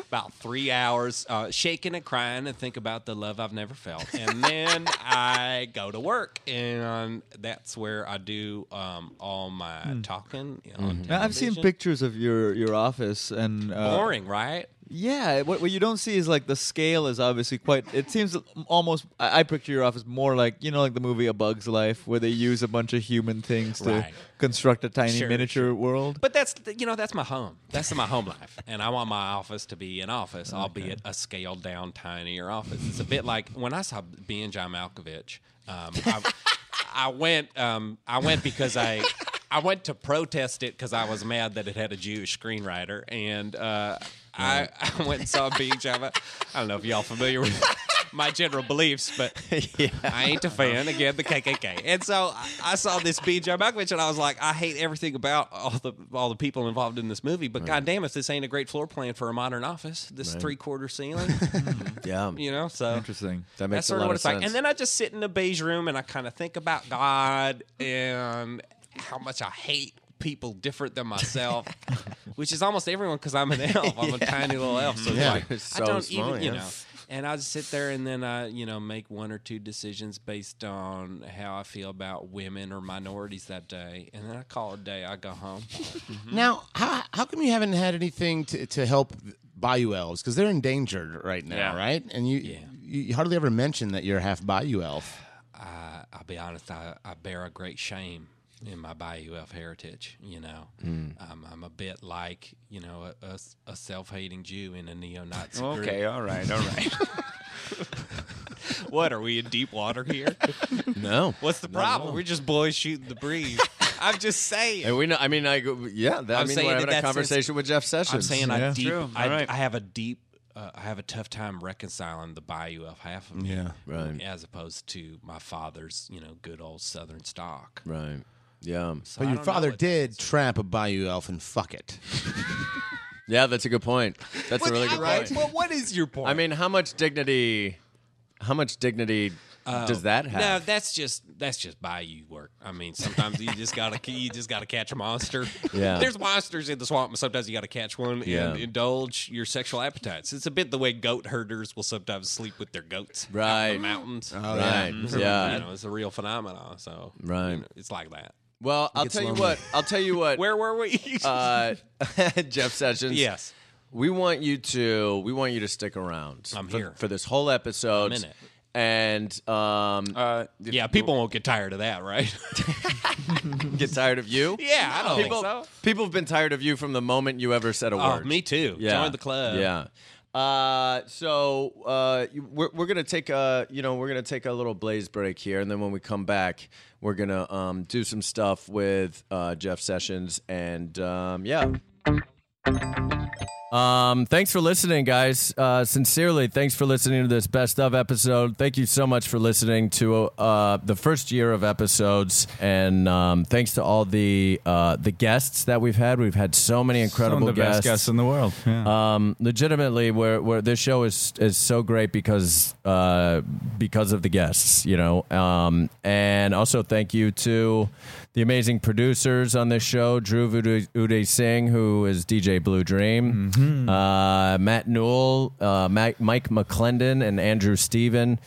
about three hours, uh, shaking and crying, and think about the love I've never felt. And then I go to work, and um, that's where I do um, all my
Hmm.
talking. you know, on
Mhm. Now, I've seen
television.
pictures of your your office and uh,
Boring, right?
Yeah, what, what you don't see is like the scale is obviously quite. It seems almost. I, I picture your office more like you know, like the movie A Bug's Life, where they use a bunch of human things to
Right.
construct a tiny
Sure,
miniature world.
But that's th- you know that's my home. That's my home life, and I want my office to be an office, albeit a scaled down, tinier office. It's a bit like when I saw B and John Malkovich. Um, I, I went. Um, I went because I. I went to protest it because I was mad that it had a Jewish screenwriter, and uh, I, I went and saw B. and John. Mal- I don't know if y'all familiar with my general beliefs, but I ain't a fan. Again, the KKK, and so I, I saw this B. John Malkovich, and I was like, I hate everything about all the all the people involved in this movie. But goddamn, if this ain't a great floor plan for a modern office, this
Right.
three quarter ceiling,
Yeah.
you know. So
interesting.
That
that's
makes a
sort
lot
of what
of
it's
sense.
like. And then I just sit in a beige room and I kind of think about God and how much I hate people different than myself, which is almost everyone because I'm an elf. I'm a
Yeah.
tiny little elf, so it's
Yeah.
like,
You're so
I don't
small,
even, you
yeah.
know. And I just sit there and then I, you know, make one or two decisions based on how I feel about women or minorities that day. And then I call it a day. I go home. Mm-hmm.
Now, how how come you haven't had anything to, to help bayou elves? Because they're endangered right now,
Yeah.
right? And you, you hardly ever mention that you're half bayou elf.
I, I'll be honest, I, I bear a great shame in my Bayou Elf heritage. You know,
Mm.
um, I'm a bit like, you know, a, a, a self hating Jew in a neo Nazi.
Okay, all right, all right.
what, are we in deep water here?
No.
What's the
Not at
problem?
all.
We're just boys shooting the breeze. I'm just saying.
And we know. I mean, I go- yeah. That, I
I'm
mean,
saying
we're
that
having a
that's-
conversation with Jeff Sessions.
I'm saying I
Yeah.
deep.
True.
I,
All right.
I have a deep. Uh, I have a tough time reconciling the Bayou of half of me,
Yeah. Right.
as opposed to my father's, you know, good old Southern stock.
Right. Yeah.
So
But
I
your
don't know
father did trap a bayou elf and fuck it.
Yeah, that's a good point. That's a really good
Right?
point.
Well, what is your point?
I mean, how much dignity? How much dignity does that have?
Oh. No, that's just that's just bayou work. I mean, sometimes you just gotta you just gotta catch a monster.
Yeah.
there's monsters in the swamp, but sometimes you gotta catch one
Yeah.
and indulge your sexual appetites. It's a bit the way goat herders will sometimes sleep with their goats, out in the
Right.
mountains, Mm-hmm.
Oh, Right. yeah. Yeah.
You know, it's a real phenomenon. So, you
Right.
know, it's like that.
Well, I'll
gets
tell
lonely.
you what. I'll tell you what.
Where were we?
uh, Jeff Sessions.
Yes.
We want you to. We want you to stick around.
I'm
for,
here.
for this whole episode.
I'm in it.
And um,
Uh, yeah, people won't get tired of that, right?
get tired of you.
Yeah, I don't think
people,
so.
People have been tired of you from the moment you ever said a
Oh,
word.
me too.
Yeah.
Join the club.
Yeah. Uh, so uh, you- we're, we're gonna take a you know we're gonna take a little blaze break here, and then when we come back, we're gonna um, do some stuff with uh, Jeff Sessions, and um, yeah. Um, thanks for listening, guys. Uh, sincerely, thanks for listening to this best of episode. Thank you so much for listening to uh, the first year of episodes, and um, thanks to all the uh, the guests that we've had. We've had so many incredible
Some of the
guests.
best guests in the world. Yeah.
Um, legitimately, where where this show is is so great because uh, because of the guests, you know. Um, and also thank you to the amazing producers on this show, Drew Uday, Uday Singh, who is DJ Blue Dream, uh, Matt Newell, uh, Mike, Mike McClendon, and Andrew Steven.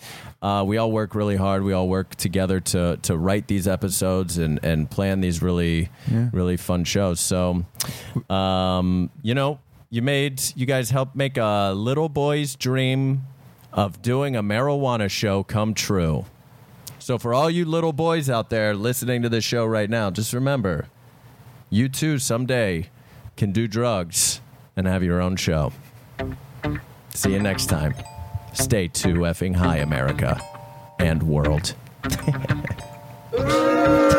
Uh, we all work really hard. We all work together to to write these episodes and and plan these really really fun shows. So, um, you know, you made you guys helped make a little boy's dream of doing a marijuana show come true. So for all you little boys out there listening to this show right now, just remember, you too someday can do drugs and have your own show. See you next time. Stay too effing high, America and world. Oh.